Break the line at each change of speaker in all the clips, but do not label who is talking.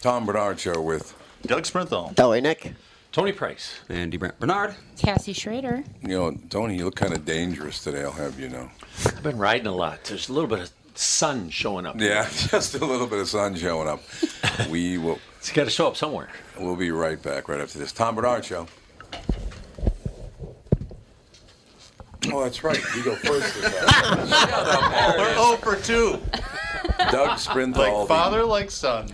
Tom Bernard Show with.
Doug Sprinthal.
Delray Nick.
Tony Price.
Andy Brent Bernard.
Cassie Schrader.
You know, Tony, you look kind of dangerous today, I'll have you know.
I've been riding a lot. There's a little bit of sun showing up.
Yeah, just a little bit of sun showing up. we will
It's got to show up somewhere.
we'll be right back right after this. Tom Bernard Show. Oh, that's right. You go first. This time.
We're 0 Oh,
Oh,
for 2.
Doug Sprinthal.
Like
the
father, like son.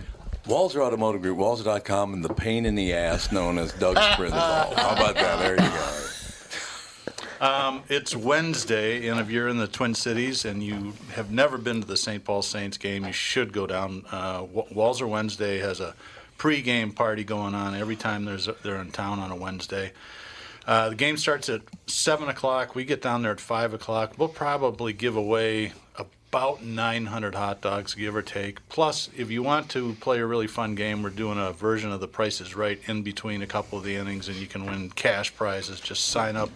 Walzer Automotive Group, Walzer.com, and the pain in the ass known as Doug Sprinthal. How about that? There you go.
um, It's Wednesday, and if you're in the Twin Cities and you have never been to the St. Paul Saints game, you should go down. Uh, Wa- Walzer Wednesday has a pregame party going on every time there's a, they're in town on a Wednesday. Uh, the game starts at seven o'clock. We get down there at five o'clock. We'll probably give away about 900 hot dogs, give or take. Plus, if you want to play a really fun game, we're doing a version of The Price is Right in between a couple of the innings, and you can win cash prizes. Just sign up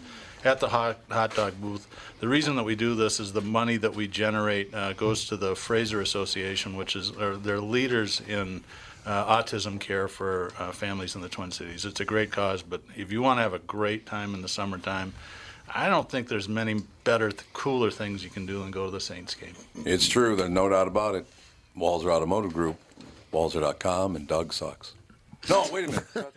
at the hot, hot dog booth. The reason that we do this is the money that we generate uh, goes to the Fraser Association, which is are, they're leaders in uh, autism care for uh, families in the Twin Cities. It's a great cause, but if you want to have a great time in the summertime, I don't think there's many better, th- cooler things you can do than go to the Saints game.
It's true. There's no doubt about it. Walzer Automotive Group, Walzer.com, and Doug sucks. No, wait a minute.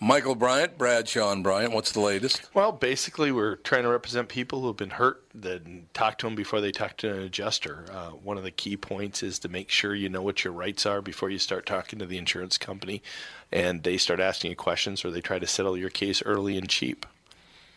Michael Bryant, Brad Sean Bryant, what's the latest?
Well, basically, we're trying to represent people who have been hurt, then talk to them before they talk to an adjuster. Uh, one of the key points is to make sure you know what your rights are before you start talking to the insurance company and they start asking you questions or they try to settle your case early and cheap.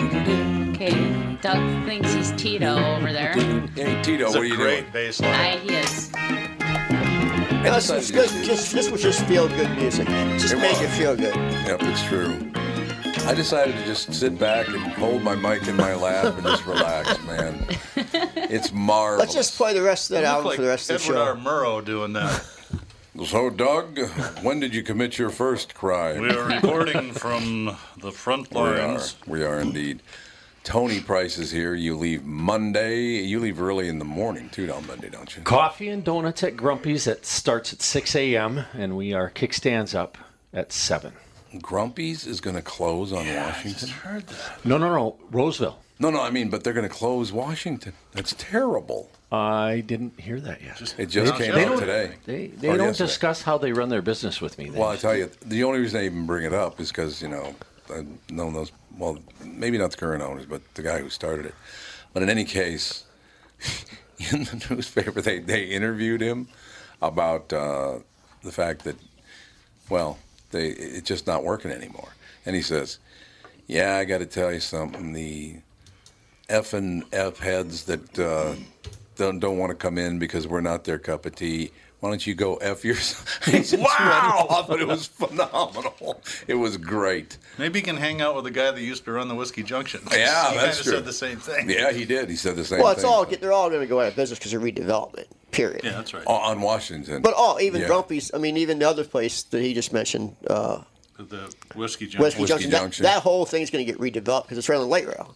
Okay, Doug thinks he's Tito over there.
Hey, Tito,
It's
what are
a
you
great
doing?
baseline.
I, he is.
Hey, listen, it's good. Just, this was just feel good music. Just
It
make
was.
you feel good.
Yep, it's true. I decided to just sit back and hold my mic in my lap and just relax, man. It's marvelous.
Let's just play the rest of that
You look
album
like
for the rest of the
Edward
show.
R. Murrow doing that.
So, Doug, when did you commit your first crime?
we are reporting from the front
We are.
lines.
We are indeed. Tony Price is here. You leave Monday. You leave early in the morning, too, on Monday, don't you?
Coffee and donuts at Grumpy's. That starts at 6 a.m. and we are kickstands up at 7.
Grumpy's is going to close on Washington.
No, no, no. Roseville.
No, no, I mean, but they're going to close Washington. That's terrible.
I didn't hear that yet.
It just
They-
came
they
out
don't-
today. Oh,
They, they
Or
don't
yesterday.
discuss how they run their business with me. They
Well, I
just-
tell you, the only reason I even bring it up is because you know I've known those. Well, maybe not the current owners, but the guy who started it. But in any case, in the newspaper, they they interviewed him about uh, the fact that, well, they it's just not working anymore. And he says, "Yeah, I got to tell you something. The F and F heads that uh, don't don't want to come in because we're not their cup of tea. why don't you go F yourself? He just
Wow.
went off, but it was phenomenal. It was great.
Maybe you can hang out with the guy that used to run the Whiskey Junction.
Yeah,
he kinda
that's true.
said the same thing.
Yeah, he did. He said the same
Well, it's
thing.
all get, they're all going to go out of business because of redevelopment. Period.
Yeah, that's right.
O- on Washington.
But all, even
Yeah.
Grumpy's. I mean, even the other place that he just mentioned, uh,
The Whiskey Junction.
Whiskey, Junction, that-
Junction.
That, whole thing's going to get redeveloped because it's right on the light rail.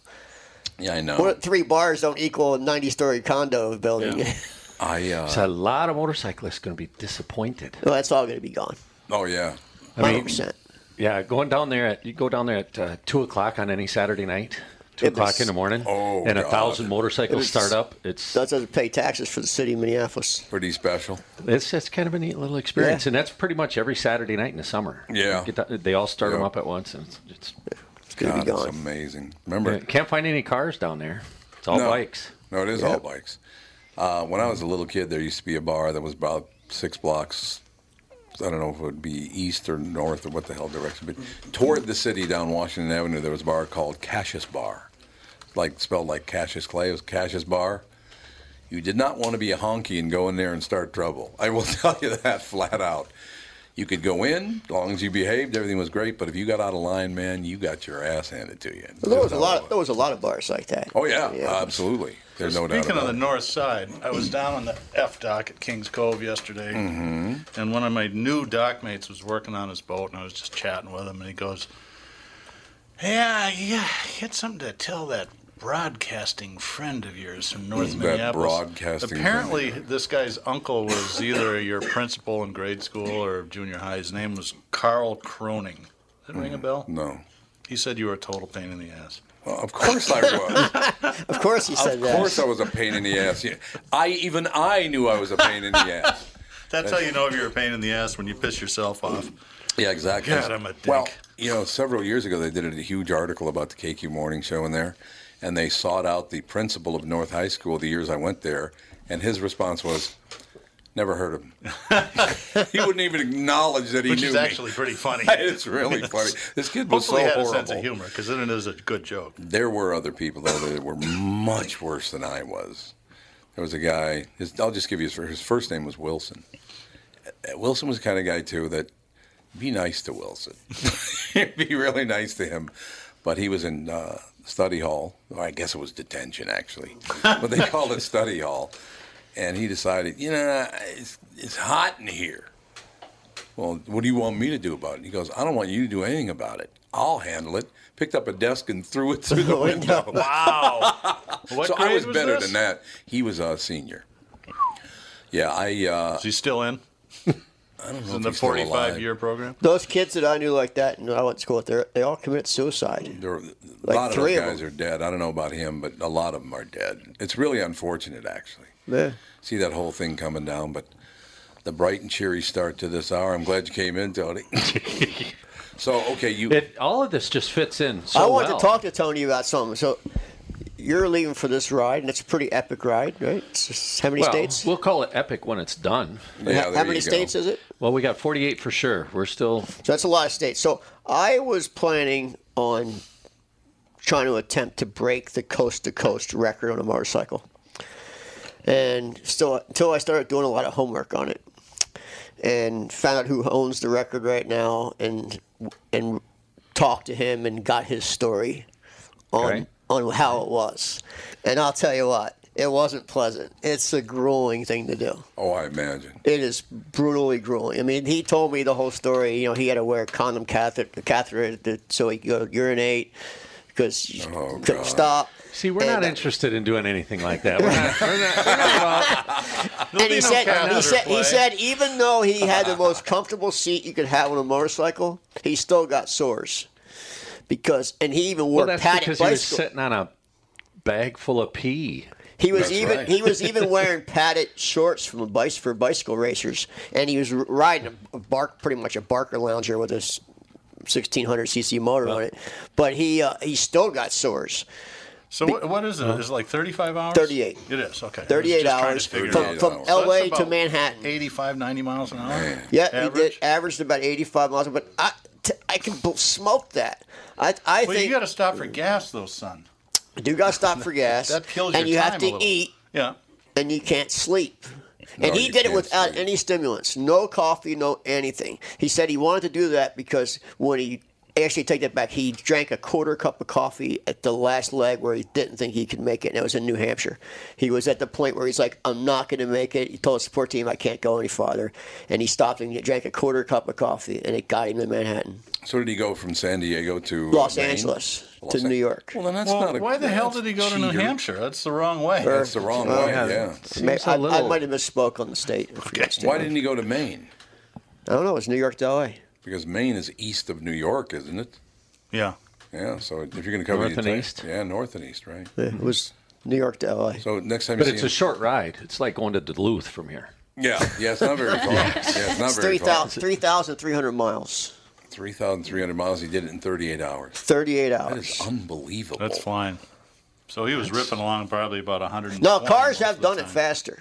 Yeah, I know.
What three bars don't equal a ninety-story condo building?
Yeah.
I uh,
It's a lot of motorcyclists going to be disappointed.
well, that's all going to be gone.
oh yeah.
Hundred percent.
Yeah, going down there at you go down there at uh, two o'clock on any Saturday night, two
It was-
o'clock in the morning,
Oh,
and a
God.
thousand motorcycles
was-
start up. It's
That doesn't pay taxes for the city of Minneapolis.
Pretty special.
it's it's kind of a neat little experience,
Yeah.
and that's pretty much every Saturday night in the summer.
Yeah.
Get that- they all start them
Yeah.
up at once, and it's, it's
It's going to be
God, it's
gone.
amazing. Remember?
you can't find any cars down there. It's all
No.
bikes.
No, it is all
Yep.
bikes. Uh, when I was a little kid, there used to be a bar that was about six blocks. I don't know if it would be east or north or what the hell direction, but toward the city down Washington Avenue, there was a bar called Cassius Bar, like spelled like Cassius Clay. It was Cassius Bar. You did not want to be a honky and go in there and start trouble. I will tell you that flat out. You could go in, as long as you behaved, everything was great. But if you got out of line, man, you got your ass handed to you.
Well, there was a lot. there was a lot of bars like that.
Oh yeah, absolutely. There's no doubt.
Speaking
about
of the
it.
north side, I was down on the F dock at Kings Cove yesterday,
Mm-hmm.
and one of my new dock mates was working on his boat, and I was just chatting with him, and he goes, "Yeah, yeah, you had something to tell that." Broadcasting friend of yours from North
That
Minneapolis.
broadcasting friend.
Apparently, this guy's uncle was either your principal in grade school or junior high. His name was Carl Croning. Did it ring a bell?
Mm, No.
He said you were a total pain in the ass.
Well, of course I was.
Of course, he said
of
that.
course I was a pain in the ass. Yeah. I even I knew I was a pain in the ass.
That's how you know if you're a pain in the ass when you piss yourself off.
Yeah, exactly.
God, I'm a dick.
Well, you know, several years ago they did a huge article about the KQ Morning Show in there, and they sought out the principal of North High School the years I went there, and his response was, "Never heard of him." he wouldn't even acknowledge that he
Which
knew.
is
me.
actually pretty funny.
it's really funny. This kid was
Hopefully,
so
had
horrible.
a sense of humor because then it is a good joke.
There were other people though that were much worse than I was. There was a guy. His, I'll just give you his, fir- his first name was Wilson. Uh, Wilson was the kind of guy too that be nice to Wilson. be really nice to him. But he was in uh, study hall. Or I guess it was detention actually, but they called it study hall. And he decided, you know, Uh, it's, it's hot in here. Well, what do you want me to do about it? He goes, I don't want you to do anything about it. I'll handle it. Picked up a desk and threw it through
Oh,
the window.
Wow. What
so
grade
I was, better
this?
than that. He was a senior. Yeah, I. Uh,
Is he still in? I don't know. In the
he's still alive.
45 year program?
Those kids that I knew like that, and I went to school with, they all committed suicide.
there were, a
Like
lot of
three
those
of
guys
them.
are dead. I don't know about him, but a lot of them are dead. It's really unfortunate, actually.
Yeah.
See that whole thing coming down, but the bright and cheery start to this hour. I'm glad you came in, Tony. so okay, you.
It, all of this just fits in. So
I want
well.
to talk to Tony about something. So you're leaving for this ride, and it's a pretty epic ride, right? It's just- how many
Well,
states?
we'll call it epic when it's done.
yeah,
how
there
many
you go.
states is it?
Well, we got 48 for sure. We're still
So that's a lot of states. So I was planning on trying to attempt to break the coast to coast record on a motorcycle. And still, until I started doing a lot of homework on it and found out who owns the record right now and and talked to him and got his story on
Okay.
on how it was. And I'll tell you what, it wasn't pleasant. It's a grueling thing to do.
Oh, I imagine.
It is brutally grueling. I mean, he told me the whole story. You know, he had to wear a condom catheter, catheter to, so he could urinate because he
Oh,
couldn't
God.
stop.
See, we're
And,
not
uh,
interested in doing anything like that. We're not, we're not, we're not about-
And
no
he said,
catheter
he said, he
play.
said, even though he had the most comfortable seat you could have on a motorcycle, he still got sores because, and he even wore
well, that's
padded
because he was
bicycle.
sitting on a bag full of pee.
He was
That's
even
right.
he was even wearing padded shorts from a bicycle for bicycle racers, and he was r- riding a bark pretty much a Barker Lounger with his 1600 cc motor on it. But he uh, he still got sores.
So, what, what is it? Is it like 35 hours?
38.
It is, okay. I was just
38
trying to
hours
figure
from,
it out.
from
out. So
that's
LA to
about
Manhattan.
85, 90 miles an hour?
Yeah, he did
Average?
averaged about 85 miles, but I t- I can b- smoke that. I I
Well,
think
you got to stop for gas, though, son.
do got to stop for gas.
That kills your
and you
time
have
a
to
little.
eat
Yeah.
and you can't sleep. And
No,
he
you
did it
can't
without
sleep.
any stimulants, no coffee, no anything. He said he wanted to do that because when he actually take that back, he drank a quarter cup of coffee at the last leg where he didn't think he could make it, and it was in New Hampshire. He was at the point where he's like, "I'm not going to make it." He told the support team, "I can't go any farther," and he stopped and he drank a quarter cup of coffee, and it got him to Manhattan,
So did he go from San Diego to
Los
Maine?
Angeles,
Los
to
An-
New York.
Well, then that's
Well,
not. A,
why the hell
that's
did he go to New
cheater.
Hampshire? That's the wrong way.
That's the wrong way.
yeah.
Yeah.
May-
Oh, Seems a
I, I
little-
might have misspoke on the state. if you asked
Why
him.
didn't he go to Maine?
I don't know. It was New York to L.A.
Because Maine is east of New York, isn't it?
yeah.
Yeah. So if you're going to cover
North
the
and
entire-
east?
yeah, north and east, right?
Yeah, It was New York to L.A.
So next time
But
you
it's
see
a short ride. It's like going to Duluth from here.
him, yeah, yeah, it's not very far. yeah, it's not
It's
very far.
3,000 3,300 miles,
Three thousand three hundred miles. He did it in thirty-eight hours.
38
That
hours.
is unbelievable.
That's flying. So he was ripping along probably about 100.
No, cars have done it faster.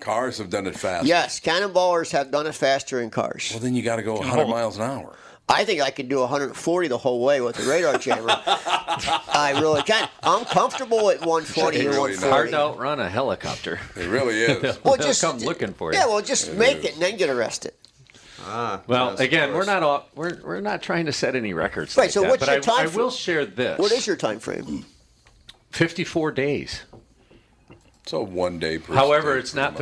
Cars have done it fast.
Yes, cannonballers have done it faster in cars.
Well, then you got to go hundred miles an hour.
I think I can do 140 the whole way with the radar jammer. I really can. I'm comfortable at 120 and
Really not.
140.
Hard to outrun a helicopter.
It really is.
Well,
They'll come looking for you.
Yeah, well, just make it and then get arrested.
Well,
Yes,
again,
of
we're
course.
not all, we're, we're not trying to set any records.
Right,
like
so
that,
what's
but
your
I,
time
I
fr-
will share this.
What is your time frame?
54 days.
So one day. Per
However,
state,
it's
pretty
not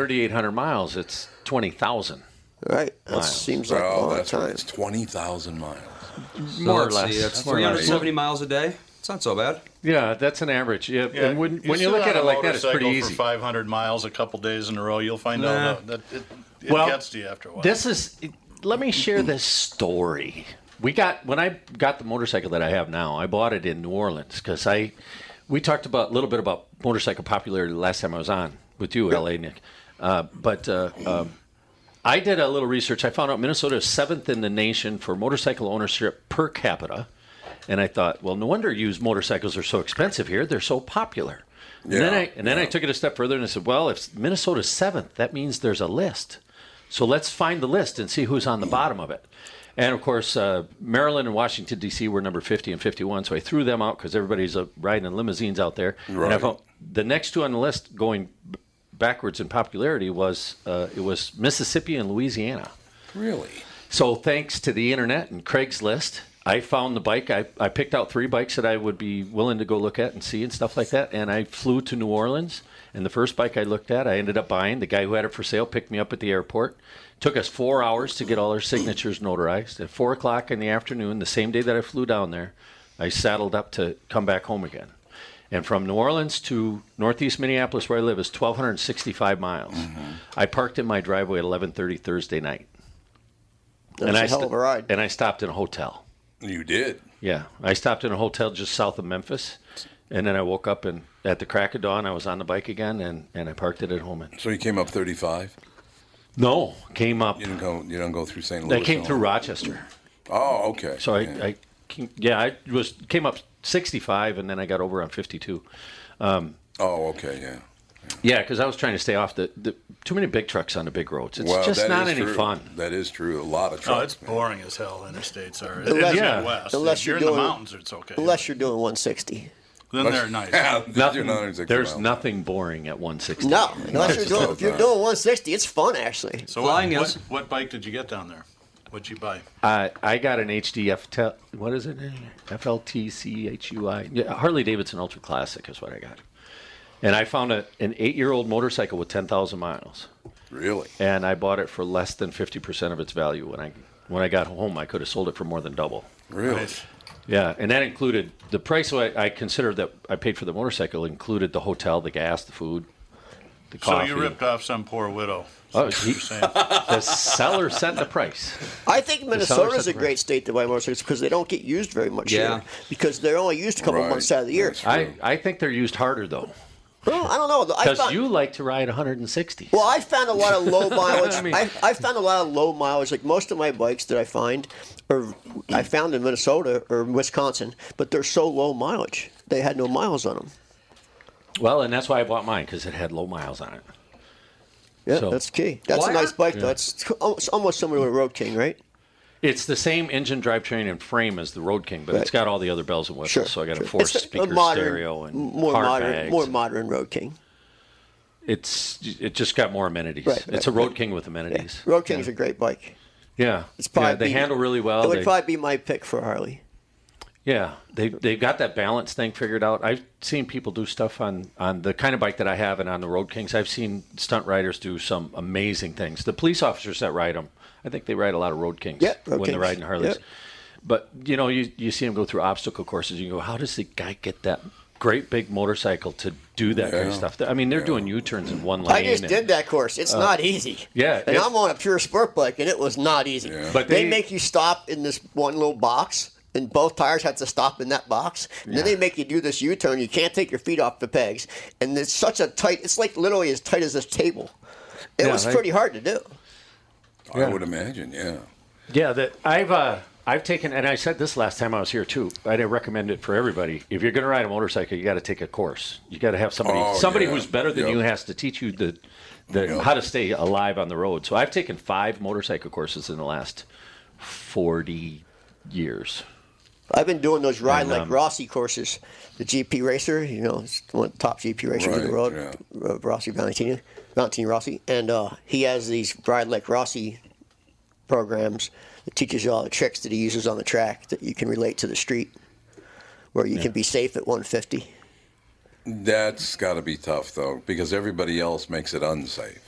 much.
3,800 miles. It's 20,000.
All right, that
Miles.
seems like a
Well,
long
that's
time. Mm-hmm.
it's twenty thousand miles.
So
More or
let's
less.
See, that's
More or less.
370 miles a day. It's not so bad.
Yeah, that's an average. Yeah, and when, when you
sit
look
on
at
a
it like that, it's pretty
motorcycle for
easy.
500 miles a couple days in a row, you'll find
Nah.
out that it, it
Well,
gets to you after a while.
This is. Let me share this story. We got when I got the motorcycle that I have now. I bought it in New Orleans because I. We talked about a little bit about motorcycle popularity the last time I was on with you, LA Nick. Uh, but uh, um, I did a little research. I found out Minnesota is seventh in the nation for motorcycle ownership per capita. And I thought, well, no wonder used motorcycles are so expensive here. They're so popular. And then
Yeah,
I and then I took it a step further and I said, well, if Minnesota's seventh, that means there's a list. So let's find the list and see who's on the bottom of it. And of course, uh, Maryland and Washington D.C. were number 50 and 51, so I threw them out because everybody's uh, riding in limousines out there. And I
Right.
found the next two on the list going b- backwards in popularity was uh, it was Mississippi and Louisiana.
Really?
So thanks to the internet and Craigslist, I found the bike. I, I picked out three bikes that I would be willing to go look at and see and stuff like that. And I flew to New Orleans. And the first bike I looked at, I ended up buying. The guy who had it for sale picked me up at the airport. Took us four hours to get all our signatures notarized. At four o'clock in the afternoon, the same day that I flew down there, I saddled up to come back home again. And from New Orleans to northeast Minneapolis, where I live, is 1,265 miles. I parked in my driveway at 11:30 Thursday night
That's a hell
sto-
of a ride.
And I stopped in a hotel.
You did.
Yeah, I stopped in a hotel just south of Memphis, and then I woke up and at the crack of dawn I was on the bike again, and, and I parked it at home. And
So you came up thirty-five.
no, came up.
You didn't go. You don't go through St. Louis.
I came
and
through
all
Rochester,
that? Oh, okay.
so I,
Yeah.
I came, yeah I was came up 65, and then I got over on 52.
oh, okay. Yeah.
Yeah, because I was trying to stay off the, the too many big trucks on the big roads. It's
Well,
just
that
not
is
any
true.
fun.
That is true. A lot of trucks.
oh, it's
man.
boring as hell. Interstates are.
Unless-
in the
Yeah.
Midwest.
unless
If
you're
you're in the
doing-
mountains, it's okay.
Unless you're doing 160.
then they're nice.
Yeah, these are
Nothing,
960
there's
miles.
nothing boring at 160.
No, unless you're
It's
doing,
not
if you're
bad.
doing 160, it's fun actually.
So
Flying
what,
is-
what, what bike did you get down there? What'd you buy?
Uh, I got an HDF. Tel- what is it? FLTCHUI. Yeah, Harley Davidson Ultra Classic is what I got. And I found a, an eight year old motorcycle with 10,000 miles.
Really?
And I bought it for less than 50% of its value. When I, when I got home, I could have sold it for more than double.
Really?
Yeah, and that included the price I, I considered that I paid for the motorcycle included the hotel, the gas, the food, the
So
coffee.
you ripped off some poor widow.
Oh, he-
Saying,
the seller set the price.
I think Minnesota is
said
a
right.
great state to buy motorcycles because they don't get used very much
Yeah.
here because they're only used a couple
Right.
months out of the year.
That's
I,
true.
I think they're used harder though,
Well, I don't know. I
because
found,
you like to ride 160.
well, I found a lot of low mileage. I,
mean-
I, found a lot of low mileage. Like most of my bikes that I find, or I found in Minnesota or Wisconsin, but they're so low mileage. They had no miles on them.
Well, and that's why I bought mine because it had low miles on it.
Yeah,
So-
that's key. That's
Why
a nice
are-
bike. though. That's it's almost similar to a Road King, right?
It's the same engine, drivetrain, and frame as the Road King, but it's
Right.
got all the other bells and
Sure.
whistles. so I got
sure.
a four
It's
speaker
modern-
stereo and
more
hard
modern,
bags.
more modern Road King.
it's it just got more amenities.
Right,
it's
right,
a Road
right.
King with amenities.
Road King's a great bike.
Yeah,
It's probably
yeah they
be-
handle really well.
It would
They-
probably be my pick for Harley.
Yeah, they they've got that balance thing figured out. I've seen people do stuff on on the kind of bike that I have and on the Road Kings. I've seen stunt riders do some amazing things. The police officers that ride them, I think they ride a lot of Road Kings
Yep, Road
when they're
Kings.
riding Harleys.
Yep.
But you know, you you see them go through obstacle courses. You go, how does the guy get that? Great big motorcycle to do that kind
Yeah.
of stuff. I mean, they're doing U turns in one lane.
I just
and- Oh.
did that course. It's not easy.
yeah,
and
it's-
I'm on a pure sport bike, and it was not easy.
Yeah.
But
they,
they-
make you stop in this one little box, and both tires have to stop in that box. And Then they make you do this U-turn. You can't take your feet off the pegs, and it's such a tight. It's like literally as tight as this table. It
Yeah,
was
they-
pretty hard to do.
I would imagine, yeah.
Yeah, that I've uh, I've taken, and I said this last time I was here too. I'd recommend it for everybody. If you're going to ride a motorcycle, you got to take a course. You got to have somebody
Oh,
somebody
yeah.
who's better than
Yep.
you has to teach you the the
Yep.
how to stay alive on the road. So I've taken five motorcycle courses in the last forty years.
I've been doing those ride
And,
like
um,
Rossi courses, the GP racer. You know, it's one of the top GP racers in the
Right,
world,
yeah.
uh, Rossi Valentino, Valentino Rossi, and uh, he has these ride like Rossi programs that teaches you all the tricks that he uses on the track that you can relate to the street, where you can be safe at 150.
That's got to be tough though, because everybody else makes it unsafe.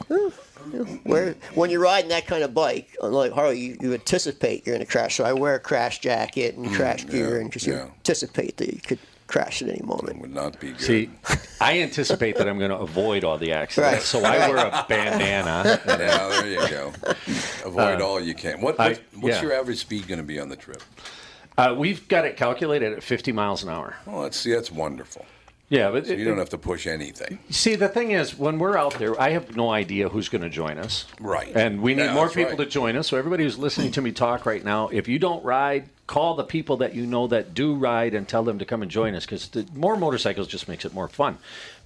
Where when you're riding that kind of bike, like Harley, you, you anticipate you're in a crash. So I wear a crash jacket and crash gear,
Mm, yeah,
and just you
yeah.
anticipate that you could crash at any moment.
Would not be good.
See, I anticipate that I'm going to avoid all the accidents,
Right.
so I wear a bandana. Uh,
Yeah, there you go. Avoid
Uh,
all you can. What,
I-
what what's
yeah.
your average speed going to be on the trip?
Uh, we've got it calculated at 50 miles an hour.
Well, let's see. That's wonderful.
Yeah, but
You don't have to push anything.
See, the thing is, when we're out there, I have no idea who's going to join us.
Right.
And we need
Yeah,
more
that's
people
right.
to join us. So, everybody who's listening to me talk right now, if you don't ride, call the people that you know that do ride and tell them to come and join us because more motorcycles just makes it more fun.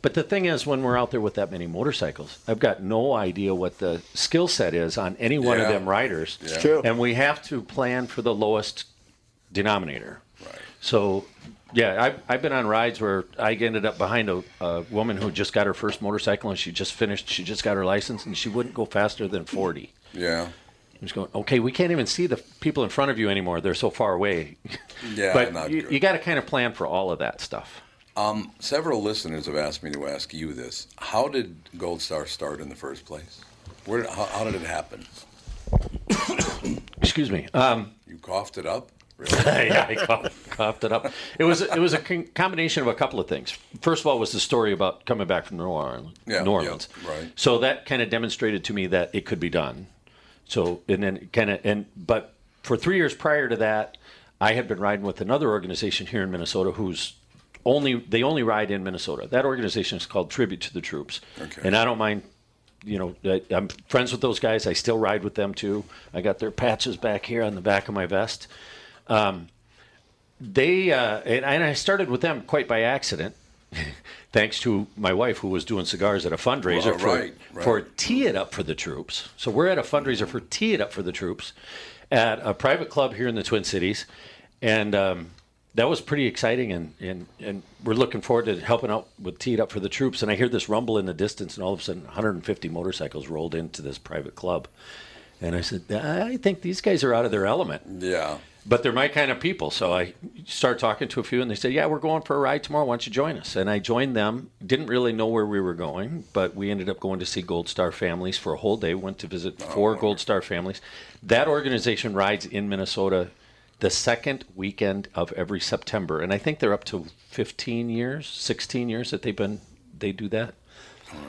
But the thing is, when we're out there with that many motorcycles, I've got no idea what the skill set is on any one of
Yeah.
them riders.
It's
true.
And we have to plan for the lowest denominator.
Right.
So, yeah, I've, I've been on rides where I ended up behind a, a woman who just got her first motorcycle and she just finished, she just got her license and she wouldn't go faster than 40.
Yeah.
I'm just going, okay, we can't even see the people in front of you anymore. They're so far away.
Yeah,
but
not
you,
good.
you got to kind of plan for all of that stuff.
Um, Several listeners have asked me to ask you this. How did Gold Star start in the first place? Where? How, how did it happen?
Excuse me. Um,
You coughed it up. Really?
yeah, I coughed, coughed it up. It was it was a con- combination of a couple of things. First of all, was the story about coming back from New Orleans.
Yeah,
New Orleans.
yeah, right.
So that kind of demonstrated to me that it could be done. So and then kind of and but for three years prior to that, I had been riding with another organization here in Minnesota who's only they only ride in Minnesota. That organization is called Tribute to the Troops,
Okay.
and I don't mind. You know, I- I'm friends with those guys. I still ride with them too. I got their patches back here on the back of my vest Um, they uh, and, and I started with them quite by accident, thanks to my wife who was doing cigars at a fundraiser
Well,
for
right, right.
for Tee It Up for the Troops. So we're at a fundraiser for Tee It Up for the Troops at a private club here in the Twin Cities, and um, that was pretty exciting. And, and and we're looking forward to helping out with Tee It Up for the Troops. And I hear this rumble in the distance, and all of a sudden, 150 motorcycles rolled into this private club. And I said, I think these guys are out of their element
Yeah.
but they're my kind of people. So I started talking to a few, and they said, "Yeah, we're going for a ride tomorrow. Why don't you join us?" And I joined them. Didn't really know where we were going, but we ended up going to see Gold Star families for a whole day. Went to visit four Gold Star families. That organization rides in Minnesota the second weekend of every September, and I think they're up to 15 years, 16 years that they've been they do that.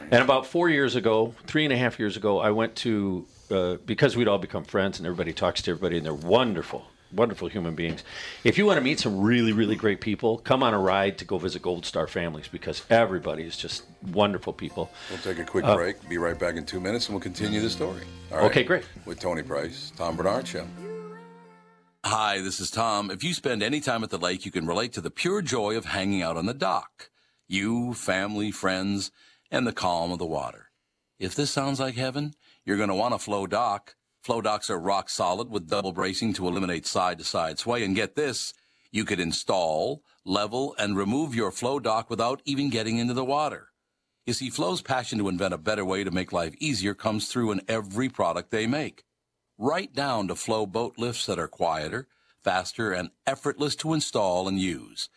And about four years ago, three and a half years ago, I went to uh, because we'd all become friends and everybody talks to everybody, and they're wonderful, wonderful human beings. If you want to meet some really, really great people, come on a ride to go visit Gold Star families because everybody is just wonderful people. Uh,
We'll take a quick break. Be right back in two minutes, and we'll continue the story. All
Okay, great.
With Tony Price, Tom Bernard Show. Hi, this is Tom. If you spend any time at the lake, you can relate to the pure joy of hanging out on the dock. You, family, friends, and the calm of the water. If this sounds like heaven, you're going to want a flow dock. Flow docks are rock solid with double bracing to eliminate side to side sway. And get this, you could install, level, and remove your flow dock without even getting into the water. You see, Flow's passion to invent a better way to make life easier comes through in every product they make. Right down to Flow boat lifts that are quieter, faster, and effortless to install and use.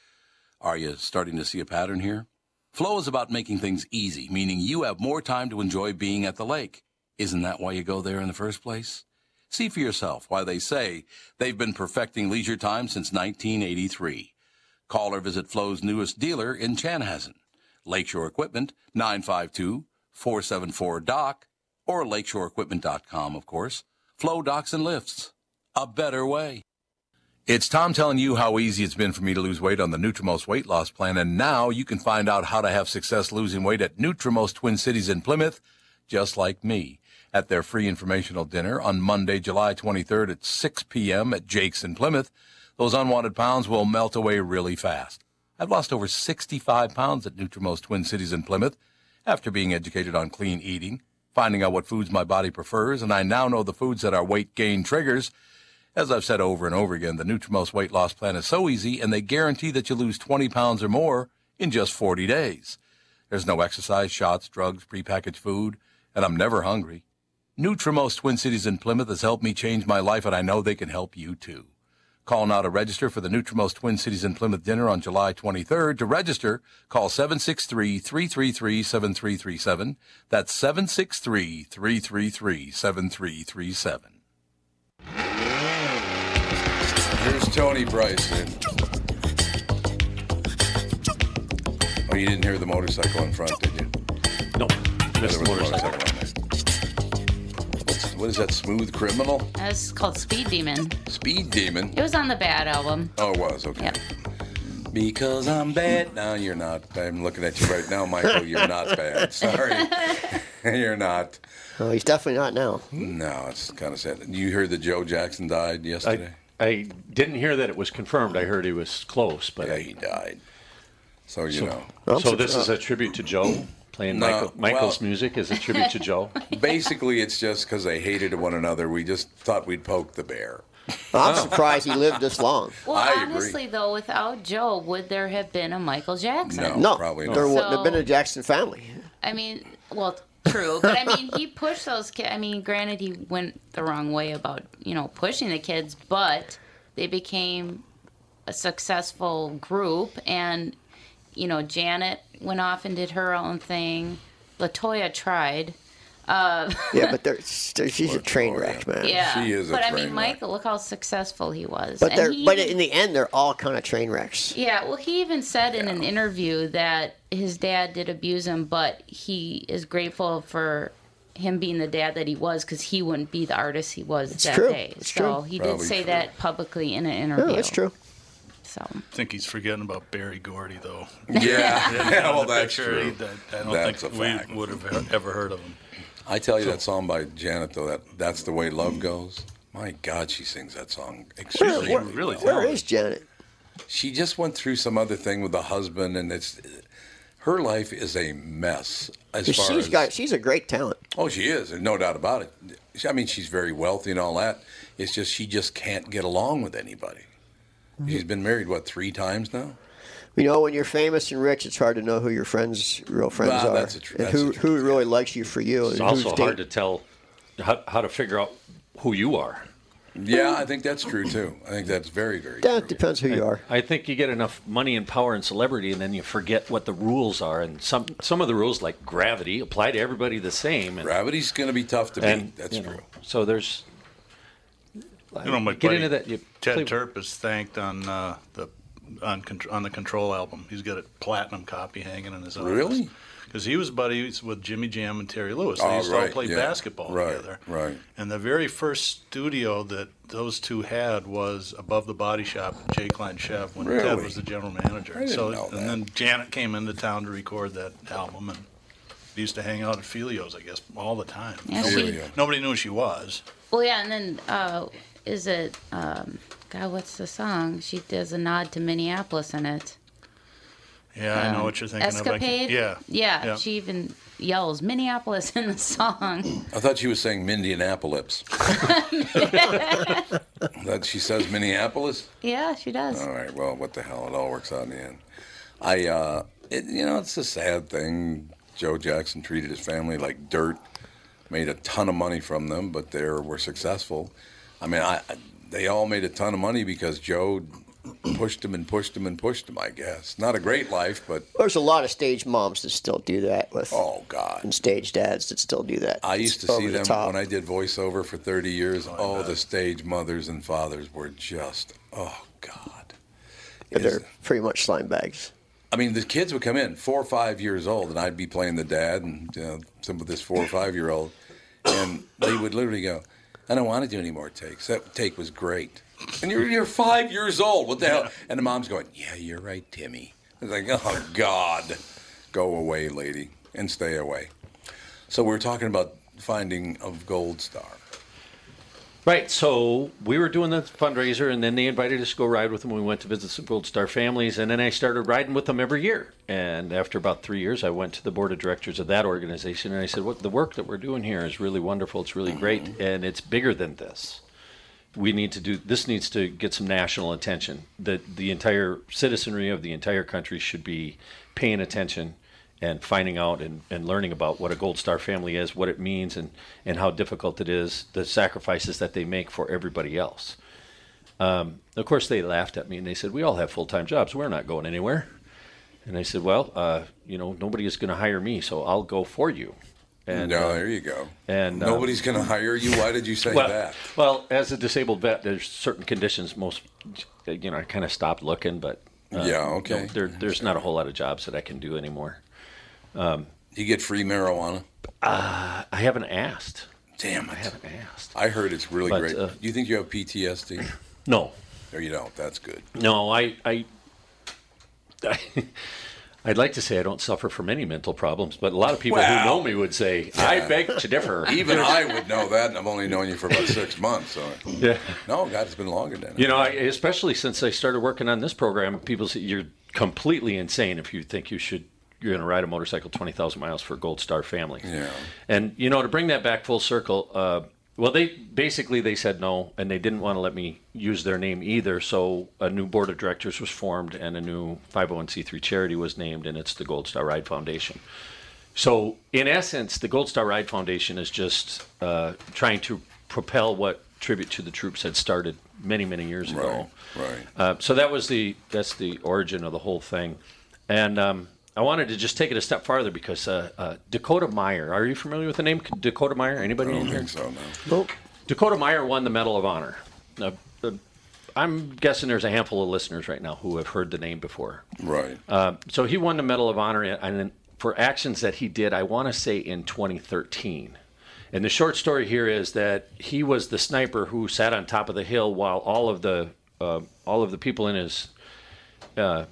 Are you starting to see a pattern here? Flow is about making things easy, meaning you have more time to enjoy being at the lake. Isn't that why you go there in the first place? See for yourself why they say they've been perfecting leisure time since 1983. Call or visit Flow's newest dealer in Chanhassen. Lakeshore Equipment, 952-474-DOC, or lakeshoreequipment.com, of course. Flow Docks and Lifts. A better way. It's Tom telling you how easy it's been for me to lose weight on the Nutrimost weight loss plan, and now you can find out how to have success losing weight at Nutrimost Twin Cities in Plymouth, just like me, at their free informational dinner on Monday, July 23rd at 6 p.m. at Jake's in Plymouth. Those unwanted pounds will melt away really fast. I've lost over 65 pounds at Nutrimost Twin Cities in Plymouth after being educated on clean eating, finding out what foods my body prefers, and I now know the foods that our weight gain triggers. As I've said over and over again, the Nutrimost weight loss plan is so easy, and they guarantee that you lose 20 pounds or more in just 40 days. There's no exercise, shots, drugs, prepackaged food, and I'm never hungry. Nutrimost Twin Cities in Plymouth has helped me change my life, and I know they can help you too. Call now to register for the Nutrimost Twin Cities in Plymouth dinner on July 23rd. To register, call 763-333-7337. That's 763-333-7337. Here's Tony Bryson. Oh, you didn't hear the motorcycle in front, did you?
No,
There
missed
was a
the motorcycle.
motorcycle on there. What's- What is that, Smooth Criminal?
That's called Speed Demon.
Speed Demon?
It was on the Bad album.
Oh, it was, okay.
Yep.
Because I'm bad. No, you're not. I'm looking at you right now, Michael. You're not bad. Sorry. you're not.
No, Oh, he's definitely not now.
No, it's kind of sad. You heard that Joe Jackson died yesterday?
I, I didn't hear that it was confirmed. I heard he was close, but
yeah, he died. So, you know.
Oh, I'm uh,
so this is
surprised.
a tribute to Joe playing
No,
Michael, Michael's
well-
music is a tribute to Joe.
Basically, it's just because they hated one another. We just thought we'd poke the bear.
I'm surprised he lived this long.
Well,
I agree.
honestly, though, without Joe, would there have been a Michael Jackson?
No.
No,
Probably not.
there wouldn't have been
So-
a Jackson family.
I mean, well, true, but I mean, he pushed those kids. I mean, granted, he went the wrong way about you know pushing the kids, but they became a successful group, and you know, Janet went off and did her own thing. Latoya tried. Uh,
Yeah, but there, there, she's a train wreck, man.
Yeah,
She is a
but I
train
mean,
wreck.
Michael, look how successful he was.
But
And
they're,
he
but in the end, they're all kind of train wrecks.
Yeah, well, he even said in an interview that his dad did abuse him, but he is grateful for him being the dad that he was because he wouldn't be the artist he was that
true.
day.
It's
so
true.
he
Probably
did say
true.
that publicly in an
Yeah,
interview.
that's true.
So
I think he's forgetting about Barry Gordy, though.
Yeah. yeah well,
The
that's
picture, he- I
true.
I don't
That's
think
a
we
fact.
would have ever heard of him.
I tell you that song by Janet though that that's the way love goes. My God, she sings that song extremely.
Where- where- really
well.
Where is Janet?
She just went through some other thing with the husband, and it's her life is a mess as far
She's
as
got. She's a great talent.
oh she is, and no doubt about it. She- I mean, she's very wealthy and all that. It's just she just can't get along with anybody. She's been married what three times now?
You know, when you're famous and rich, it's hard to know who your friends, real friends
Well,
are,
that's a tr-
and
that's
who
a truth,
who really likes you for you.
It's
and
also
who's
hard to
dating-
tell how, how to figure out who you are.
Yeah, I think that's true too. I think that's very very
That
true.
depends who you are.
I think you get enough money and power and celebrity, and then you forget what the rules are. And some some of the rules, like gravity, apply to everybody the same. And,
Gravity's going to be tough to
and
beat. That's
you know,
true.
so there's
You know, my
get
buddy
into that. You
Ted
play-
Turp is thanked on uh, the on contr- on the Control album. He's got a platinum copy hanging in his office.
Really?
Because he was buddies with Jimmy Jam and Terry Lewis. They
Oh,
used to
right,
all play
yeah.
basketball
Right,
together.
right.
And the very first studio that those two had was above the Body Shop, at Jay Klein Chef, when Ted
Really?
was the general manager.
I didn't
so
know that.
and then Janet came into town to record that album and. they Used to hang out at Filio's, I guess, all the time.
Yeah, she-
Nobody, nobody knew who she was.
Well, yeah, and then uh, is it um, God? What's the song? She does a nod to Minneapolis in it.
Yeah, I know what you're thinking of. I can-
Escapade.
Yeah.
yeah, She even yells Minneapolis in the song.
I thought she was saying Mindianapolis. that she says Minneapolis.
yeah, she does.
All right. Well, what the hell? It all works out in the end. I, uh, it, you know, it's a sad thing. Joe Jackson treated his family like dirt, made a ton of money from them, but they were successful. I mean, I, I- they all made a ton of money because Joe pushed them and pushed them and pushed them. I guess not a great life, but
There's a lot of stage moms that still do that with
oh god,
and stage dads that still do that.
I used
It's
to see
over the
them
top.
when I did voiceover for 30 years. all the stage mothers and fathers were just, oh God. It's-
But they're pretty much slime bags.
I mean, the kids would come in four or five years old, and I'd be playing the dad and you know, some of this four or five year old, and they would literally go, "I don't want to do any more takes. That take was great." And you're you're five years old. What the hell? And the mom's going, "Yeah, you're right, Timmy." I was like, "Oh God, go away, lady, and stay away." So we were talking about finding of Gold Star.
Right. So we were doing the fundraiser, and then they invited us to go ride with them. We went to visit some Gold Star families, and then I started riding with them every year. And after about three years, I went to the board of directors of that organization, and I said, "What the work that we're doing here is really wonderful. It's really great,
Mm-hmm.
and it's bigger than this. We need to do this. Needs to get some national attention. That the entire citizenry of the entire country should be paying attention." and finding out and, and learning about what a gold star family is what it means and, and how difficult it is the sacrifices that they make for everybody else um, of course they laughed at me and they said we all have full-time jobs we're not going anywhere and i said well uh, you know nobody is going to hire me so i'll go for you and
no,
uh,
there you go.
and, um,
nobody's going to hire you. Why did you say
well,
that?
well as a disabled vet there's certain conditions most you know i kind of stopped looking but
Yeah,
you know,
okay.
there, there's not a whole lot of jobs that i can do anymore Um,
You get free marijuana.
Uh, i haven't asked
Damn it.
i haven't asked
I heard it's really
But,
great.
uh,
Do you think you have PTSD?
no
or you don't? That's good.
No, I, I, I would like to say I don't suffer from any mental problems, but a lot of people
Wow.
who know me would say I beg to differ.
Even I would know that, and I've only known you for about six months. So,
yeah.
no, God, it's been longer than that.
You know, I, especially since I started working on this program, people say you're completely insane if you think you should you're going to ride a motorcycle 20,000 miles for Gold Star families.
Yeah.
And you know, to bring that back full circle, uh, well, they basically they said no, and they didn't want to let me use their name either. So a new board of directors was formed, and a new 501c3 charity was named, and it's the Gold Star Ride Foundation. So in essence, the Gold Star Ride Foundation is just uh, trying to propel what Tribute to the Troops had started many, many years
right,
ago.
right.
Uh, so that was the that's the origin of the whole thing, and um, I wanted to just take it a step farther because uh, uh, Dakota Meyer. Are you familiar with the name Dakota Meyer? Anybody
I
in
don't
here?
think so. No.
Dakota Meyer won the Medal of Honor. Now, uh, I'm guessing there's a handful of listeners right now who have heard the name before.
Right.
Uh, so he won the Medal of Honor in- and then for actions that he did, I want to say in 2013. And the short story here is that he was the sniper who sat on top of the hill while all of the uh, all of the people in his uh,